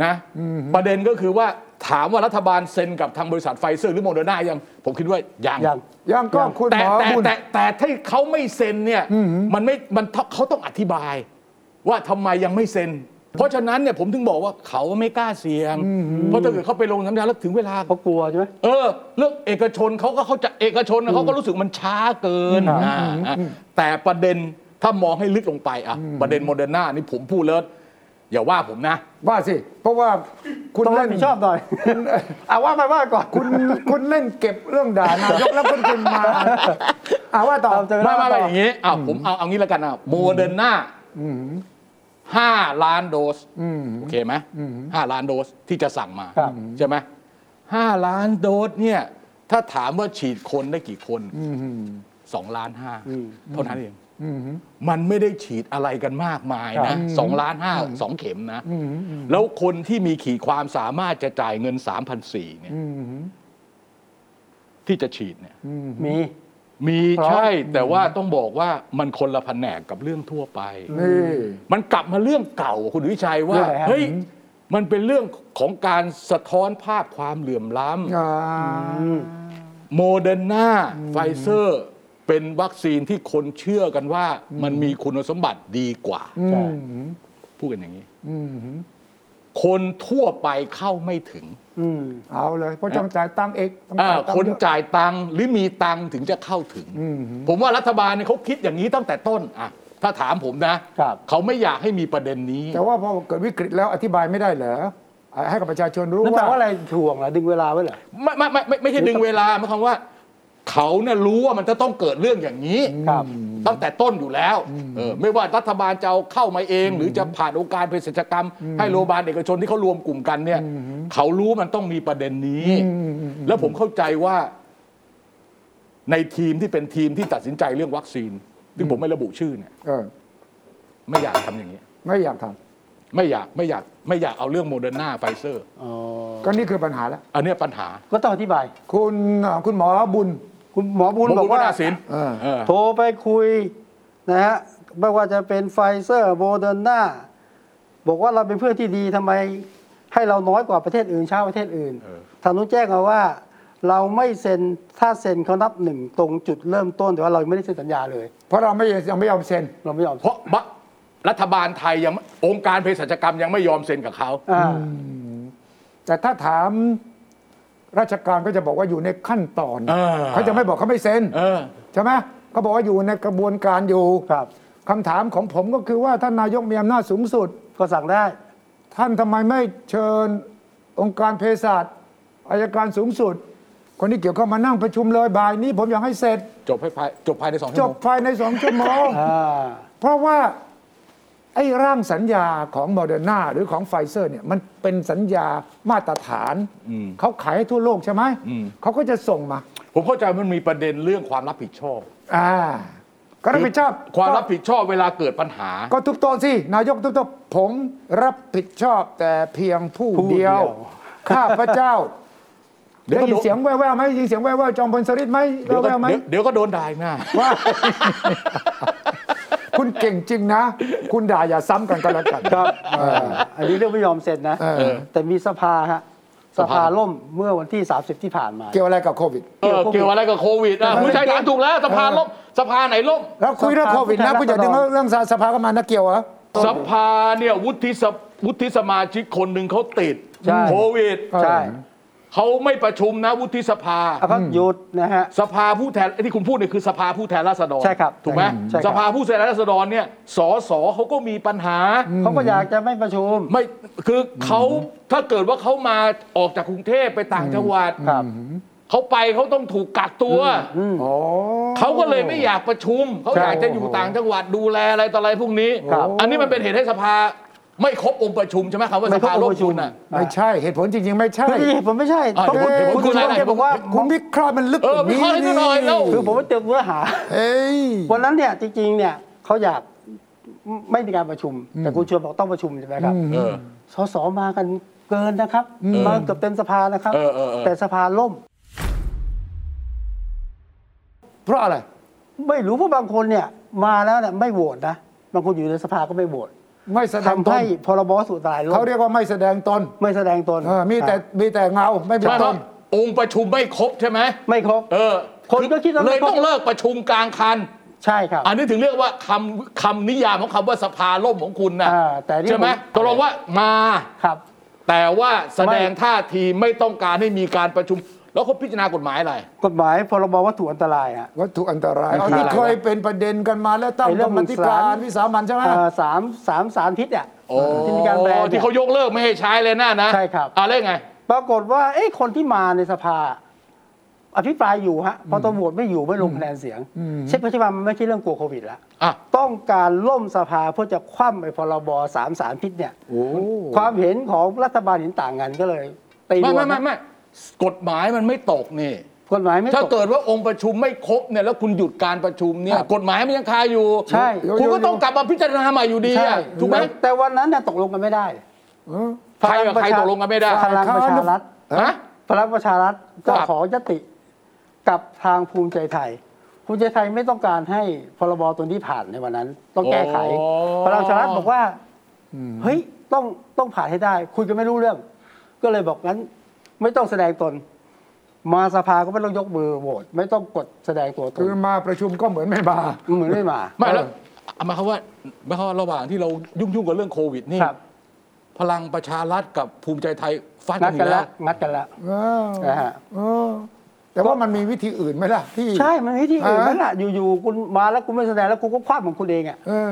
Speaker 2: นะประเด็นก็คือว่าถามว่ารัฐบาลเซ็นกับทางบริษัทไฟเซอร์หรือโมเดอร์นายังผมคิดว่ายัง
Speaker 1: ยัง
Speaker 3: ยังก็คุณห
Speaker 2: แต่
Speaker 3: มอ
Speaker 2: แต่
Speaker 3: คุณ
Speaker 2: แต่แต่ถ้าเขาไม่เซ็นเนี่ยมันไม่มันเขาต้องอธิบาย ว่าทำไมยังไม่เซ็น เพราะฉะนั้นเนี่ยผมถึงบอกว่าเขาไม่กล้าเสี่ยง เพราะถ้าเกิดเขาไปลงสัญญาแล้วถึงเวลา
Speaker 1: เพราะกลัวใช่ไหม
Speaker 2: เออเรื่องเอกชนเขาก็เขาใจะเอกชนน่ะเขาก็รู้สึกมันช้าเกินอ่าอ่าแต่ประเด็นถ้ามองให้ลึกลงไปอ่ะประเด็นโมเดอร์นานี่ผมพูดแล้วอย่าว่าผมนะ
Speaker 3: ว่าสิ เพราะว่าคุณ
Speaker 1: ต้องรั
Speaker 3: เล่
Speaker 1: บ
Speaker 3: น
Speaker 1: ผิดชอบหน่อย
Speaker 3: เอาว่าไปว่าก่อนคุณคุณเล่นเก็บเรื่องด่านายกแล้วคุณคุณมาเอาว่าต่อ
Speaker 1: เอาใจ
Speaker 2: ไม่ไม่ไม่อย่างนี้อ้าวผมเอาเอางี้แล้วกันอ่ะโมเดอร์นาห้าล้านโดสโอเคไหมห้าล้านโดสที่จะสั่งมา
Speaker 1: ครับ
Speaker 2: ใช่ไหมห้าล้านโดสเนี่ยถ้าถามว่าฉีดคนได้กี่คนสองล้านห้าเท่านั้นเองมันไม่ได้ฉีดอะไรกันมากมายนะสองล้านห้าสองเข็มนะ แล้วคนที่มีขีดความสามารถจะจ่ายเงินสามพันสี่เนี่ยที่จะฉีดเนี่ย
Speaker 1: มี
Speaker 2: มี
Speaker 1: เพราะ
Speaker 2: ใช่แต่ว่าต้องบอกว่ามันคนละแผนกกับเรื่องทั่วไป
Speaker 3: นี่
Speaker 2: มันกลับมาเรื่องเก่าคุณวิชัยว่า
Speaker 1: เรื่องอะไรฮะ
Speaker 2: เฮ้ยมันเป็นเรื่องของการสะท้อนภาพความเหลื่อมล้
Speaker 3: อ่า
Speaker 2: ำโมเดอร์นาไฟเซอร์เป็นวัคซีนที่คนเชื่อกันว่า มันมีคุณสมบัติดีกว่า
Speaker 3: อืม
Speaker 2: พูดกันอย่างนี้คนทั่วไปเข้าไม่ถึง
Speaker 1: อืม
Speaker 3: เอาเลยเพราะจำจ่ายตังค์เองต้อง
Speaker 2: อ่า
Speaker 3: จ่ายตัง
Speaker 2: คน
Speaker 3: เยอะ
Speaker 2: จ่ายตังค์หรือมีตังค์ถึงจะเข้าถึง ผมว่ารัฐบาลเนี่ยเขาคิดอย่างนี้ตั้งแต่ต้นอ่ะถ้าถามผมนะครับ เขาไม่อยากให้มีประเด็นนี้
Speaker 3: แต่ว่าพอเกิดวิกฤตแล้วอธิบายไม่ได้เหรอให้กับประชาชนรู้
Speaker 1: นั่นแปล
Speaker 3: ว่า
Speaker 1: ว่าอะไรถ่วงเหรอดึงเวลาไว้เหรอ
Speaker 2: ไม่ไม่ไม่ไม่ไม่ใช่ดึงเวลาหมายความว่า เขาเนี่ยรู้ว่ามันจะต้องเกิดเรื่องอย่างนี้
Speaker 1: ครับ
Speaker 2: ตั้งแต่ต้นอยู่แล้วเออไม่ว่ารัฐบาลจะเอาเข้ามาเอง หรือจะผ่านองค์การเภสัชกรรม ให้โรงพยาบาลเอกชนที่เขารวมกลุ่มกันเนี่ย เขารู้มันต้องมีประเด็นนี้ แล้วผมเข้าใจว่า ในทีมที่เป็นทีมที่ตัดสินใจเรื่องวัคซีนซึ่งผมไม่ระบุชื่อเนี่ย
Speaker 3: เออ
Speaker 2: ไม่อยากทำอย่างนี้
Speaker 3: ไม่อยากท
Speaker 2: ไม่อยากไม่อยากไม่อยากเอาเรื่องโมเดอร์นาไฟเซอร์
Speaker 1: อ๋อ
Speaker 3: ำก็นี่คือปัญหาแล้ว
Speaker 2: อันเนี้ยปัญหา
Speaker 1: ก็ต้องอธิบาย
Speaker 3: คุณอ่าคุณหมอบุญ
Speaker 1: คุณหมอบุญบอกว่า
Speaker 2: น่สิน
Speaker 3: เออ
Speaker 2: เออ
Speaker 1: โทรไปคุยนะฮะไม่ว่าจะเป็นไฟเซอร์โมเดอร์นาบอกว่าเราเป็นเพื่อนที่ดีทำไมให้เราน้อยกว่าประเทศอื่นชาวประเทศอื่น
Speaker 2: เออ
Speaker 1: ทางนู้นแจ้งมาว่า เราไม่เซ็นถ้าเซ็นเขานับหนึ่งตรงจุดเริ่มต้นแต่ว่าเราไม่ได้เซ็นสัญญาเลย
Speaker 3: เพราะเราไม่ยังไม่ยอมเซ็น
Speaker 1: เราไม่ยอม
Speaker 2: เพราะบะรัฐบาลไทยยังองค์การเภสัชกรรมยังไม่ยอมเซ็นกับเขา
Speaker 1: อ่า
Speaker 3: แต่ถ้าถามราชการก็จะบอกว่าอยู่ในขั้นตอน
Speaker 2: เออ
Speaker 3: เขาจะไม่บอกเขาไม่เซ็น
Speaker 2: เออ
Speaker 3: ใช่ไหมเขาบอกว่าอยู่ในกระบวนการอยู่
Speaker 1: ครับ
Speaker 3: คำถามของผมก็คือว่าท่านนายกมีอำนาจสูงสุด
Speaker 1: ก็สั่งได้
Speaker 3: ท่านทำไมไม่เชิญองค์การเภสัชอายการสูงสุด คนที่เกี่ยวข้องมานั่งประชุมเลยบ่ายนี้ผมอยากให้เสร็จ
Speaker 2: จบให้ภายจบภายในสอง
Speaker 3: จ
Speaker 2: ชั่ว
Speaker 3: บ
Speaker 2: โมง
Speaker 3: ภายในสองชั่วโมง
Speaker 1: อ่า
Speaker 3: เพราะว่าไอ้ร่างสัญญาของโมเดอร์นาหรือของไฟเซอร์เนี่ยมันเป็นสัญญามาตรฐาน เขาขายให้ทั่วโลกใช่ไหม เขาก็จะส่งมา
Speaker 2: ผมเข้าใจมันมีประเด็นเรื่องความรับผิดชอบ
Speaker 3: อ่าก็รับผิดชอบ
Speaker 2: ความรับผิดชอบเวลาเกิดปัญหา
Speaker 3: ก็ก็ทุบโต๊ะสิ นายกทุบโต๊ะผมรับผิดชอบแต่เพียงผู้
Speaker 1: ผู้เดี
Speaker 3: เดีย
Speaker 1: ยว ว
Speaker 3: ข้าพเจ้า
Speaker 2: [laughs] เดี๋ยว
Speaker 3: ได้
Speaker 2: ก็
Speaker 3: ยิ
Speaker 2: โด
Speaker 3: น
Speaker 2: น
Speaker 3: เสียงแว่วๆไหมได้ยินเสียงแว่วๆจอมพลสฤษดิ์ไหม
Speaker 2: เดี๋ยวก็
Speaker 3: แว่วๆไหม
Speaker 2: เดี๋ยวเดี๋ยวก็โดนด่าอีกหน้า
Speaker 3: ว่า [laughs] คุณเก่งจริงนะ คุณด่าอย่าซ้ำกันก็แล้วกัน
Speaker 1: ครับอันนี้เรื่องไม่ยอมเซ็นนะ
Speaker 3: เออ
Speaker 1: แต่มีสภาฮะ ส
Speaker 2: สภา
Speaker 1: ภาล่มเมื่อวันที่ 30 ที่ผ่านมา
Speaker 3: เกี่ยวอะไรกับโควิด
Speaker 2: เออเกี่ยวอะไรกับโควิดอ่ะคุณชัยถามถูกแล้วสภาล่มสภาไหนล่ม
Speaker 3: แล้วคุยเรื่อง
Speaker 1: สภา
Speaker 3: โควิดนะ
Speaker 1: ผู้
Speaker 3: คุณ
Speaker 1: แทน
Speaker 3: อย่าดึง
Speaker 1: ราษฎร
Speaker 3: เรื่องสภาเข้ามานะเกี่ยวเหรอ
Speaker 2: สภาเนี่ยวุฒิสภวุฒิสมาชิกคนหนึ่งเขาติด
Speaker 1: ใช่
Speaker 2: โควิด
Speaker 1: ใช่
Speaker 2: เขาไม่ประชุมนะวุฒิสภา
Speaker 1: แล้วก็หยุดนะฮะ
Speaker 2: สภาผู้แทนไอ้ที่คุณพูดเนี่ยคือสภาผู้แทนราษฎร
Speaker 1: ใช่ครับ
Speaker 2: ถูกไหม
Speaker 1: ใช่ครับ
Speaker 2: สภาผู้แทนราษฎรเนี่ยสสเขาก็มีปัญหา
Speaker 1: เขาก็อยากจะไม่ประชุม
Speaker 2: ไม่คือเขาถ้าเกิดว่าเขามาออกจากกรุงเทพไปต่างจังหวัด
Speaker 1: ครับ
Speaker 2: เขาไปเขาต้องถูกกักตัว
Speaker 3: อ๋อ
Speaker 2: เขาก็เลยไม่อยากประชุม เขา
Speaker 1: ใช่
Speaker 2: อยากจะอยู่ต่างจังหวัดดูแลอะไรต่ออะไรพวกนี้
Speaker 1: ครับ
Speaker 2: อันนี้มันเป็นเหตุให้สภาไม่ครบองค์ประชุมใช่ไหมครับว่าส
Speaker 1: ไม่
Speaker 2: ภา
Speaker 1: เข้า
Speaker 2: ล่
Speaker 1: ป
Speaker 2: ม
Speaker 1: ระชุ
Speaker 2: คุ
Speaker 1: ม
Speaker 2: ณอ่ะ
Speaker 3: ไม่ใช่ เหตุผลจริง ๆ ไม่ใช่
Speaker 1: ไม่ใช่ผมไม่ใช่
Speaker 2: อ่ะ
Speaker 1: ต้อง
Speaker 2: เดี๋ยวผมเดี๋ยวผม
Speaker 1: คุณชวน
Speaker 2: คุยหน่อย
Speaker 1: แกบอกว่า
Speaker 3: คุณวิเคราะห์มันลึกก
Speaker 2: เอ
Speaker 3: ว่านี้
Speaker 2: อวิเคราะห์ให้ดูหน่อยแล้ว
Speaker 1: คือผมไปเตรียมเนื้อหา
Speaker 3: เอ้ย
Speaker 1: วันนั้นเนี่ยจริงๆเนี่ยเขาอยากไม่มีการประชุม แต่คุณชวนบอกต้องประชุมใช่ไหมครับ
Speaker 2: เออ
Speaker 1: สสมากันเกินนะครับ มาเกือบเต็มสภานะครับ
Speaker 2: เออเออเออ
Speaker 1: แต่สภาล่ม
Speaker 3: เพราะอะไร
Speaker 1: ไม่รู้เพราะบางคนเนี่ยมาแล้วเนี่ยไม่โหวตนะ บางคนอยู่ในสภาก็ไม่โหวต
Speaker 3: ไม่แสดง
Speaker 1: ทำ
Speaker 3: ตน
Speaker 1: ให้พรบสุดตายล่
Speaker 3: เขา
Speaker 1: ม
Speaker 3: เรียกว่าไม่แสดงตน
Speaker 1: ไม่แสดงตน
Speaker 3: เออมีแต่
Speaker 1: ครับ
Speaker 3: มีแต่เงาไม่มี
Speaker 2: ไม่
Speaker 3: ต
Speaker 2: ว่าน องค์ประชุมไม่ครบใช่ไหม
Speaker 1: ไม่ครบ
Speaker 2: เออ
Speaker 1: คนก็คิดว่า
Speaker 2: เลย
Speaker 1: ไม่ครบ
Speaker 2: ต้องเลิกประชุมกลางคัน
Speaker 1: ใช่ครับ
Speaker 2: อันนี้ถึงเรียกว่าคำคำนิยามของคำว่าสภาล่มของคุณนะ
Speaker 1: อ่าแต่นี่
Speaker 2: ใช่ไหม
Speaker 1: ผม
Speaker 2: ตกลงว่ามา
Speaker 1: ครับ
Speaker 2: แต่ว่าแสดง
Speaker 1: ไม่
Speaker 2: ท่าทีไม่ต้องการให้มีการประชุม แล้วเขาพิจารณากฎหมายอะไร
Speaker 1: กฎหมายพรบวัตถุอันตรายอ่ะ
Speaker 3: วัตถุอันตราย
Speaker 1: อันตราย
Speaker 3: เอาที่เคยเป็นประเด็นกันมาแล้วตั้ง
Speaker 1: ไอ้เรื่
Speaker 3: กร
Speaker 1: อง
Speaker 3: รมธิกา
Speaker 1: สาร ร
Speaker 3: วิสามันใช่ไหม
Speaker 1: เอ่อสามสามสารพิษอ่ะ
Speaker 2: โอ้
Speaker 1: ที่มีการแบน
Speaker 2: ที่
Speaker 1: เนี่ย
Speaker 2: เขายกเลิกไม่ให้ใช้เลยน่านะ
Speaker 1: ใช่ครับ
Speaker 2: อะไรไง
Speaker 1: ปรากฏว่าเอ้คนที่มาในสภา อภิปรายอยู่ฮะพอตำรวจไม่อยู่ไม่ลงคะแนนเสียง เช็คปัจจุบันมันไม่ใช่เรื่องกลัวโควิดละ
Speaker 2: อ่ะ
Speaker 1: ต้องการล่มสภาเพื่อจะคว่ำไอ้พรบสามสารพิษเนี่ย ความเห็นของรัฐบาลเห็นต่างกันก็เลยตี
Speaker 2: ไม่
Speaker 1: รว
Speaker 2: ไม่
Speaker 1: ม
Speaker 2: ไม่ไม่กฎหมายมันไม่ตกนี่
Speaker 1: กฎหมายไม่
Speaker 2: ถ้า
Speaker 1: ตก
Speaker 2: เกิดว่าองค์ประชุมไม่ครบเนี่ยแล้วคุณหยุดการประชุมเนี่
Speaker 1: ค
Speaker 2: ย
Speaker 1: รับ
Speaker 2: กฎหมายมันยังคาอยู่
Speaker 1: ใช่
Speaker 2: คุณก็ต้องกลับมาพิจารณาใหม่อยู่ดี
Speaker 1: ใช่
Speaker 2: อะถูกไหม
Speaker 1: แต่วันนั้นน่ะตกลงกันไม่ได้
Speaker 2: ใครกับใครตกลงกันไม่ได้
Speaker 1: พลังประชารัฐ
Speaker 2: ฮะ
Speaker 1: พลังประชารัฐก็
Speaker 2: ครับ
Speaker 1: ขอยติกับทางภูมิใจไทย ภูมิใจไทยไม่ต้องการให้พรบตัวนี้ผ่านในวันนั้น ต้องแก้ไข พลังประชารัฐบอกว่าเฮ้ยต้องต้องผ่านให้ได้ คุยกันไม่รู้เรื่อง ก็เลยบอกงั้น ไม่ต้องแสดงตน มาสภาก็ไม่ต้องยกมือโหวตไม่ต้องกดแสดงตัวตน
Speaker 3: คือมาประชุมก็เหมือนไม่มา
Speaker 1: เหมือนไม่มา
Speaker 2: ไม่แล้วเอามาเขามว่าหมายเขามว่าระหว่างที่เรายุ่งยุ่งๆกับเรื่องโควิดนี่
Speaker 1: ครับ
Speaker 2: พลังประชารัฐกับภูมิใจไทยฟาด
Speaker 1: งัด
Speaker 2: กันอี
Speaker 1: กัน
Speaker 2: ก
Speaker 1: แล้
Speaker 2: แล้ว ว
Speaker 1: งัดกันแล้ว
Speaker 3: อ้าว
Speaker 1: นะฮะ
Speaker 3: เออแต่ว่ามันมีวิธีอื่นไหมล่ะที่
Speaker 1: ใช่ มันไม่ที่อื่น
Speaker 3: อ่า
Speaker 1: นั่นแหละอยู่ๆคุณมาแล้วคุณไม่แสดงแล้วคุณก็คว้าของคุณเองอ่ะ
Speaker 3: เออ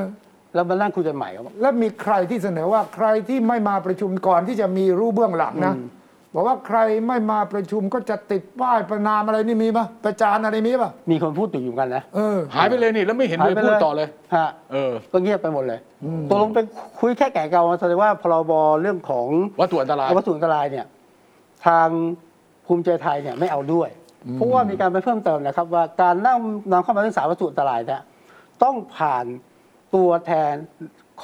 Speaker 1: แล้วมานั่งคุยกันใหม่ครับ
Speaker 3: แล้วมีใครที่เสนอว่าใครที่ไม่มาประชุมก่อนที่จะมีรู้เบื้องหลังนะบอกว่าใครไม่มาประชุมก็จะติดป้ายประนามอะไรนี่มีปะประจานอะไรมีปะ
Speaker 1: มีคนพูดถึงอยู่กันนะ
Speaker 3: เออ
Speaker 2: หายไปเลยนี่แล้วไม่เห็นเลยพูดต่อเลย
Speaker 1: ฮะ
Speaker 2: เออ
Speaker 1: ก็เงียบไปหมดเลยตกลงไปคุยแค่แก่เก่าแสดงว่าพรบเรื่องของ
Speaker 2: วัตถุอันตราย
Speaker 1: วัตถุอันตรายเนี่ย ทางภูมิใจไทยเนี่ยไม่เอาด้วย เพราะว่ามีการไปเพิ่มเติมนะครับ ว่าการนำนำเข้ามาศึกษาวัตถุอันตรายเนี่ยต้องผ่านตัวแทน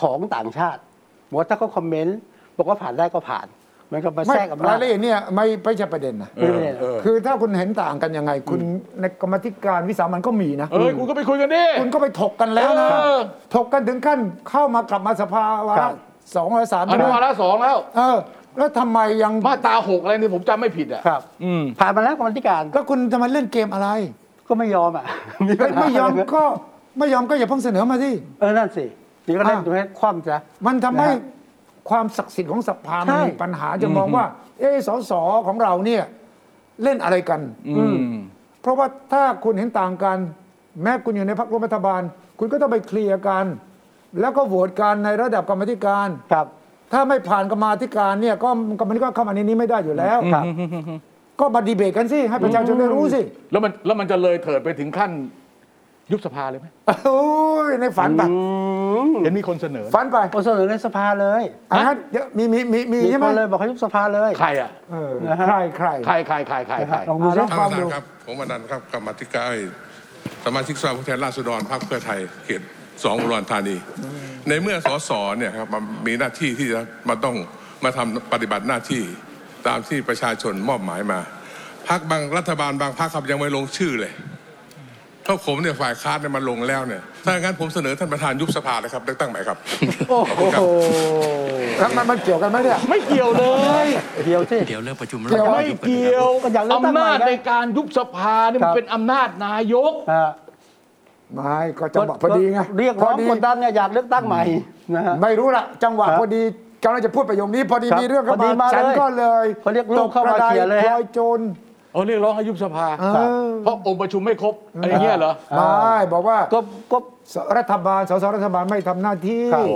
Speaker 1: ของต่างชาติบอกว่าถ้าเขาคอมเมนต์บอกว่าผ่านได้ก็ผ่านเหมือนกับมา
Speaker 3: ไม่
Speaker 1: แทรก
Speaker 3: ราน
Speaker 1: อำาย จ
Speaker 3: ละเอียดเนี่ยไม่ไม่ใช่ประเด็นนะ
Speaker 2: เออเออ
Speaker 3: คือถ้าคุณเห็นต่างกันยังไง คุณในกรรมธิการวิสามันก็มีนะ
Speaker 2: เอ้ยคุณก็ไปคุยกันดิ
Speaker 3: คุณก็ไปถกกันแล้วนะ
Speaker 2: เออ
Speaker 3: ถกกันถึงขั้นเข้ามากลับมาสภาวา
Speaker 1: ครั
Speaker 3: ระ
Speaker 1: บ
Speaker 3: สองวาระสาม
Speaker 2: อนุวาระสองแล้ว
Speaker 3: เออ แล้วทำไมยัง
Speaker 2: มาตราหกอะไรนี่ผมจำไม่ผิดอ่ะ
Speaker 1: ครับ
Speaker 2: อืม
Speaker 1: ผ่านมาแล้วกรรมธิการ
Speaker 3: แล้วคุณทำไมเล่นเกมอะไร
Speaker 1: ก็ไม่ยอมอ่ะ [laughs] มีปัญหา
Speaker 3: ไม่ยอม
Speaker 1: ะรห
Speaker 3: ก็ไม่ยอมก็อย่าเพิ่งเสนอมาสิ
Speaker 1: เออนั่นสิเดี๋ยวก็เล่น
Speaker 3: อ่ะ
Speaker 1: ดูให้คว่ำจ้ะ
Speaker 3: มันทำให้
Speaker 1: นะฮะ
Speaker 3: ความศักดิ์สิทธิ์ของสภามัน
Speaker 1: ใช่
Speaker 3: มีปัญหาจะมองว่า เออสสของเราเนี่ยเล่นอะไรกัน
Speaker 2: อืม
Speaker 3: เพราะว่าถ้าคุณเห็นต่างกัน แม้คุณอยู่ในพรรคร่วมรัฐบาล คุณก็ต้องไปเคลียร์กัน แล้วก็โหวตกันในระดับกรรมาธิการ
Speaker 1: ครับ
Speaker 3: ถ้าไม่ผ่านกรรมาธิการเนี่ยก็กรรมาธิการเข้ามาในนี้ไม่ได้อยู่แล้ว
Speaker 1: ครับ
Speaker 3: ก็มาดีเบตกันสิให้ประชาชนได้รู้สิ
Speaker 2: แล้วมันแล้วมันจะเลยเถิดไปถึงขั้น ยุบสภาเลยไหม
Speaker 3: โอ้ยในฝันไป
Speaker 1: อืม
Speaker 2: เห็นมีคนเสนอนะ
Speaker 3: ฝันไป
Speaker 1: โอเสนอในสภาเลย
Speaker 3: อันนั้นเดี๋ยวมีมีมีมี
Speaker 1: มี
Speaker 3: ใช่ไห
Speaker 1: ค
Speaker 3: ม
Speaker 1: นเลยบอกให้ยุบสภาเลย
Speaker 2: ใครอ่ะ
Speaker 3: เออใครใคร
Speaker 2: ใครใครใครใคร
Speaker 1: นะค
Speaker 2: ใคร
Speaker 1: รับลองดูสิ
Speaker 7: ท่านประธานครับ ผมอนันต์ครับกรรมาธิการสมาชิกสภาผู้แทนราษฎรพรรคเพื่อไทยเขตสองอุดรธานี ในเมื่อสสเนี่ยครับมันมีหน้าที่ที่จะมาต้องมาทำปฏิบัติหน้าที่ตามที่ประชาชนมอบหมายมาพักบางรัฐบาลบางพักครับยังไม่ลงชื่อเลยถ้าผมเนี่ยฝ่ายค้านเนี่ยมาลงแล้วเนี่ยถ้าอย่างนั้นผมเสนอท่านประธานยุบสภาเลยครับเลือกตั้งใหม่ครับ
Speaker 1: โอ้โห
Speaker 3: แล้วมันมันเกี่ยวกันไหมเนี่ย
Speaker 2: ไม่เกี่ยวเลย
Speaker 1: เดียวสิ
Speaker 8: เดี๋ยวเลิกประชุม
Speaker 3: เดี๋ยว
Speaker 8: แล้ว
Speaker 2: ไม่เกี่ยว
Speaker 1: ก็อยากเลือกตั้ง
Speaker 2: อำ
Speaker 1: ใหม่
Speaker 2: นาจ
Speaker 1: นะ
Speaker 2: ในการยุบสภาเนี่ย
Speaker 1: ค
Speaker 2: มั
Speaker 1: รั
Speaker 2: น
Speaker 1: บ
Speaker 2: เป็นอำนาจนายก
Speaker 1: อ่า
Speaker 3: ไม่ก็จังหวะพอดีไง
Speaker 1: เรียกร้อง
Speaker 3: พดี
Speaker 1: กดดันเนี่ยอยากเลือกตั้งใหม่นะฮะ
Speaker 3: ไม่รู้ละจังหวะ
Speaker 1: ครับ
Speaker 3: พอดีกำลังจะพูดประโยคนี้ พอดี
Speaker 1: ครับ
Speaker 3: มีเรื่องเข้า
Speaker 1: พอดี
Speaker 3: มา
Speaker 1: มา
Speaker 3: ฉัน
Speaker 1: เลย
Speaker 3: ก็เลย
Speaker 1: เขาเรียกลูกเข้ามา
Speaker 3: ตระได
Speaker 1: เคลียร์เลยฮะ
Speaker 3: ลอยโจร
Speaker 2: เอาเรียกร้องให้ยุบสภา
Speaker 3: เออ
Speaker 2: เพราะองค์ประชุมไม่ครบอะไรเงี้ยเหรอ
Speaker 3: ไม่บอกว่า
Speaker 1: ก็ก็
Speaker 3: รัฐบาลสสรัฐบาลไม่ทำหน้าที่
Speaker 1: ครับ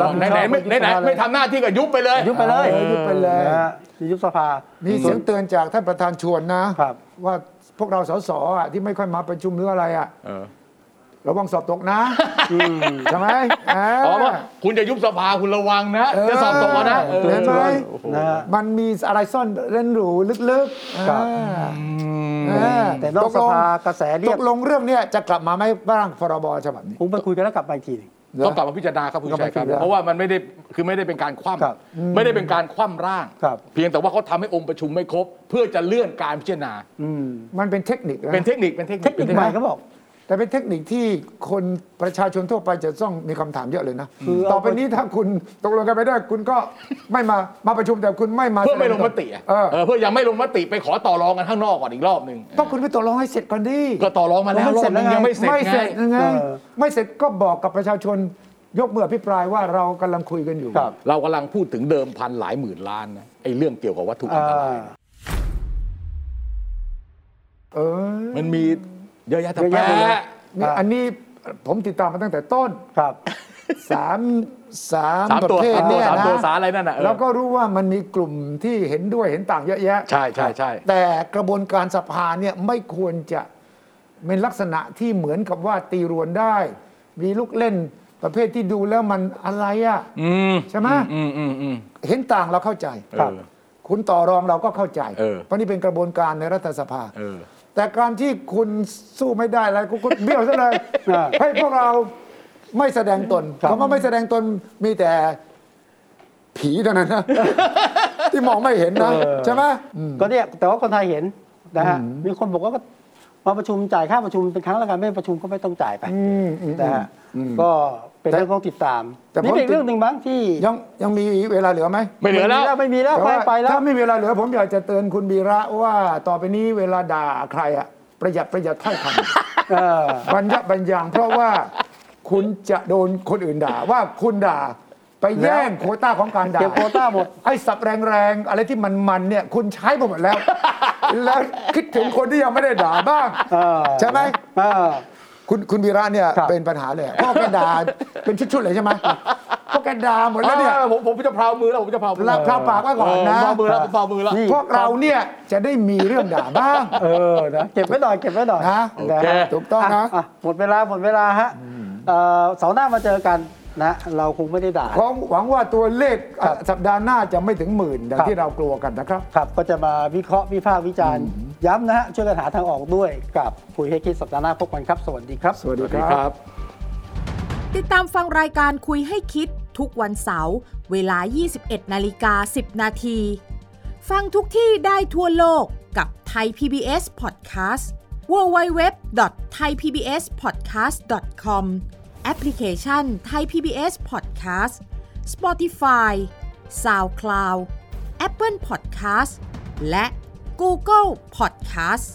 Speaker 1: รับผิด
Speaker 2: ไหน
Speaker 1: ชอบ
Speaker 2: ไหนๆไม่ไหนๆไม่ทำหน้าที่ก็ยุบไปเลย
Speaker 1: ยุบไปเลย
Speaker 3: เออยุบไปเลย
Speaker 1: นะฮะยุบสภา
Speaker 3: มีเสียงเตือนจากท่านประธานชวนนะ
Speaker 1: ครับ
Speaker 3: ว่าพวกเราสสอ่ะที่ไม่ค่อยมาประชุมหรืออะไรอ่ะ
Speaker 2: เออ
Speaker 3: ระวังสอบตกนะใช่ไหมเออ
Speaker 2: อ๋อว่าคุณจะยุบสภาคุณระวังนะ จะสอบตกแล้วนะเออ
Speaker 3: เห็นไหม
Speaker 1: นะฮะ
Speaker 3: มันมีอะไรซ่อนเร้นหรูลึกๆ
Speaker 1: ครับ
Speaker 3: อ่า
Speaker 1: แต่นอกสภากระแสเรี
Speaker 3: ต
Speaker 1: ยก
Speaker 3: กลงเรื่องเนี้ยจะกลับมาไหมบ้างพรบฉบับนี้
Speaker 1: ผมไปคุยกันแล้วกลับมาอีกทีหนึ่ง
Speaker 2: ต้องกลับมาพิจารณาครับคุณชัยครับ
Speaker 3: ต้องมาพิจารณา
Speaker 2: เพราะว่ามันไม่ได้คือไม่ได้เป็นการคว่
Speaker 1: ครับ
Speaker 2: ำไม่ได้เป็นการคว่ำร่าง
Speaker 1: ครับ
Speaker 2: เพียงแต่ว่าเขาทำให้องค์ประชุมไม่ครบ เพื่อจะเลื่อนการพิจารณา
Speaker 1: อืม
Speaker 3: มันเป็นเทคนิคะ
Speaker 2: เป็นเทคนิคเป็นเทคนิ
Speaker 1: เทคนิคใหม่เขาบอก
Speaker 3: แต่เป็นเทคนิคที่คนประชาชนทั่วไปจะต้องมีคำถามเยอะเลยนะ
Speaker 1: คือเอา
Speaker 3: ต่อไปนี้ถ้าคุณตกลงกันไปได้ คุณก็ไม่มามาประชุมแต่คุณไม่มา
Speaker 2: เพื่อไม่ลงมติอะ
Speaker 3: เออ
Speaker 2: เออเพื่อยังไม่ลงมติไปขอต่อรองกันข้างนอกก่อนอีกรอบหนึ่ง
Speaker 3: ต้องคุณไปตกลงให้เสร็จก่อนดิ
Speaker 2: ก็ต่อรองมาแล้วรอบหนึงยังไม่เสร็จ
Speaker 3: ไม่เสร็จ
Speaker 2: ไง
Speaker 3: ยังไง
Speaker 1: เออ
Speaker 3: ไม่เสร็จก็บอกกับประชาชนยกมืออภิปรายว่าเรากำลังคุยกันอยู่
Speaker 1: ครับ
Speaker 2: เรากำลังพูดถึงเดิมพันหลายหมื่นล้านนะไอ้เรื่องเกี่ยวกับวัตถุอันตราย
Speaker 1: อ่า
Speaker 3: เออ
Speaker 2: มันมีเยอะแยะแต่
Speaker 1: เยอะแยะ
Speaker 2: แป
Speaker 1: ไปเลย
Speaker 2: ะ
Speaker 3: นี่อันนี้ผมติดตามมาตั้งแต่ต้น
Speaker 1: ครับ
Speaker 3: สามสาม
Speaker 2: สาม
Speaker 3: ประ
Speaker 2: ตัว
Speaker 3: เภท
Speaker 2: สามตัว
Speaker 3: เนี่ย
Speaker 2: สาม
Speaker 3: นะ
Speaker 2: ตัวสารอะไรนั่นน่ะเออ
Speaker 3: แล้วก็รู้ว่ามันมีกลุ่มที่เห็นด้วยเห็นต่างเยอะแยะ
Speaker 2: ใช่ใช่ใช่
Speaker 3: แต่กระบวนการสภาเนี่ยไม่ควรจะเป็นลักษณะที่เหมือนกับว่าตีรวนได้ มีลูกเล่นประเภทที่ดูแล้วมันอะไรอะ
Speaker 2: อืม
Speaker 3: ใช่ไหม
Speaker 2: อืมอืมอืม
Speaker 3: เห็นต่างเราเข้าใจ
Speaker 2: ครับ
Speaker 3: คุณต่อรองเราก็เข้าใจ
Speaker 2: เออ
Speaker 3: เพราะนี่เป็นกระบวนการในรัฐสภา
Speaker 2: เออ
Speaker 3: แต่การที่คุณสู้ไม่ได้อะไรคุณเบี้ยวซะเลย
Speaker 1: อ่า
Speaker 3: ให้พวกเราไม่แสดงตน
Speaker 1: ครับ
Speaker 3: คำว่าไม่แสดงตนมีแต่ผีเท่านั้นนะ ที่มองไม่เห็นนะใช่ไหมอืม
Speaker 1: ก็เนี่ยแต่ว่าคนไทยเห็นนะฮะ
Speaker 3: อืม
Speaker 1: มีคนบอกว่าก็มาประชุมจ่ายค่าประชุมเป็นครั้งละกันไม่ประชุมก็ไม่ต้องจ่ายไป
Speaker 3: อืมอืม
Speaker 1: นะฮะก็เป็นเรื่องต้องติดตาม
Speaker 3: แต่ผม
Speaker 1: นี่เป็นเรื่องหนึ่งบ้างที่
Speaker 3: ยังยังมีเวลาเหลือไหม
Speaker 2: ไม่เหลือแล้ว
Speaker 1: ไม่มีแล้ว
Speaker 3: ต่
Speaker 1: ไป
Speaker 3: ว่า
Speaker 1: ไปแล้ว
Speaker 3: ถ้าไม่มีเวลาเหลือผมอยากจะเตือนคุณบีระว่าต่อไปนี้เวลาด่าใครอะประหยัดประหยัดถ้อยคำ
Speaker 1: เออ
Speaker 3: บรรยะบรรยังเพราะว่าคุณจะโดนคนอื่นด่าว่าคุณด่าไปแย่งโควต้าของการด่า
Speaker 1: เก็บโควต้าหมด
Speaker 3: ไอ้สับแรงๆ อะไรที่มันๆเนี่ย คุณใช้ไปหมดแล้ว แล้วคิดถึงคนที่ยังไม่ได้ด่าบ้าง
Speaker 1: เออ
Speaker 3: ใช่ไหม
Speaker 1: เออ
Speaker 3: คุณคุณวีระเนี่ย
Speaker 1: ครับ
Speaker 3: เป็นปัญหาเลยเพราะแกด่าเป็นชุดๆเลยใช่ไหมเพราะแกด่าหมดแล้วเนี่ย
Speaker 2: เออผมผมจะพราวมือแล้วผมจะพราวมือ
Speaker 3: ลาพราวปากไว้ก่อนนะ
Speaker 2: เออพราวมือแล้วผมพราวมือแล้ว
Speaker 1: นี่
Speaker 3: พวกเราเนี่ยจะได้มีเรื่องด่าบ้าง
Speaker 1: เออนะเก็บไว้หน่อยเก็บไว้หน่อย
Speaker 3: นะ
Speaker 2: โอเค
Speaker 1: ฮ
Speaker 3: ถูกต้องนะ
Speaker 1: ะหมดเวลาหมดเวลาฮะเอ่อเสาร์หน้ามาเจอกันนะ เราคงไม่ได้ด่า
Speaker 3: ขอหวังว่าตัวเลข
Speaker 1: ครับ
Speaker 3: สัปดาห์หน้าจะไม่ถึงหมื่นดัง
Speaker 1: ครับ
Speaker 3: ที่เรากลัวกันนะครับ
Speaker 1: ครับก็จะมาวิเคราะห์วิพากษ์วิจารณ์ ย้ำนะฮะ ช่วยกันหาทางออกด้วยกับคุยให้คิดสัปดาห์หน้าพบกันครับ สวัสดีครับ
Speaker 3: สวัสดีครับ
Speaker 9: ติดตามฟังรายการคุยให้คิดทุกวันเสาร์เวลา 21 นาฬิกา 10 นาที ฟังทุกที่ได้ทั่วโลกกับ ไทย PBS Podcast www.thaipbspodcast.com แอปพลิเคชัน Thai PBS Podcast Spotify SoundCloud Apple Podcast และ Google Podcast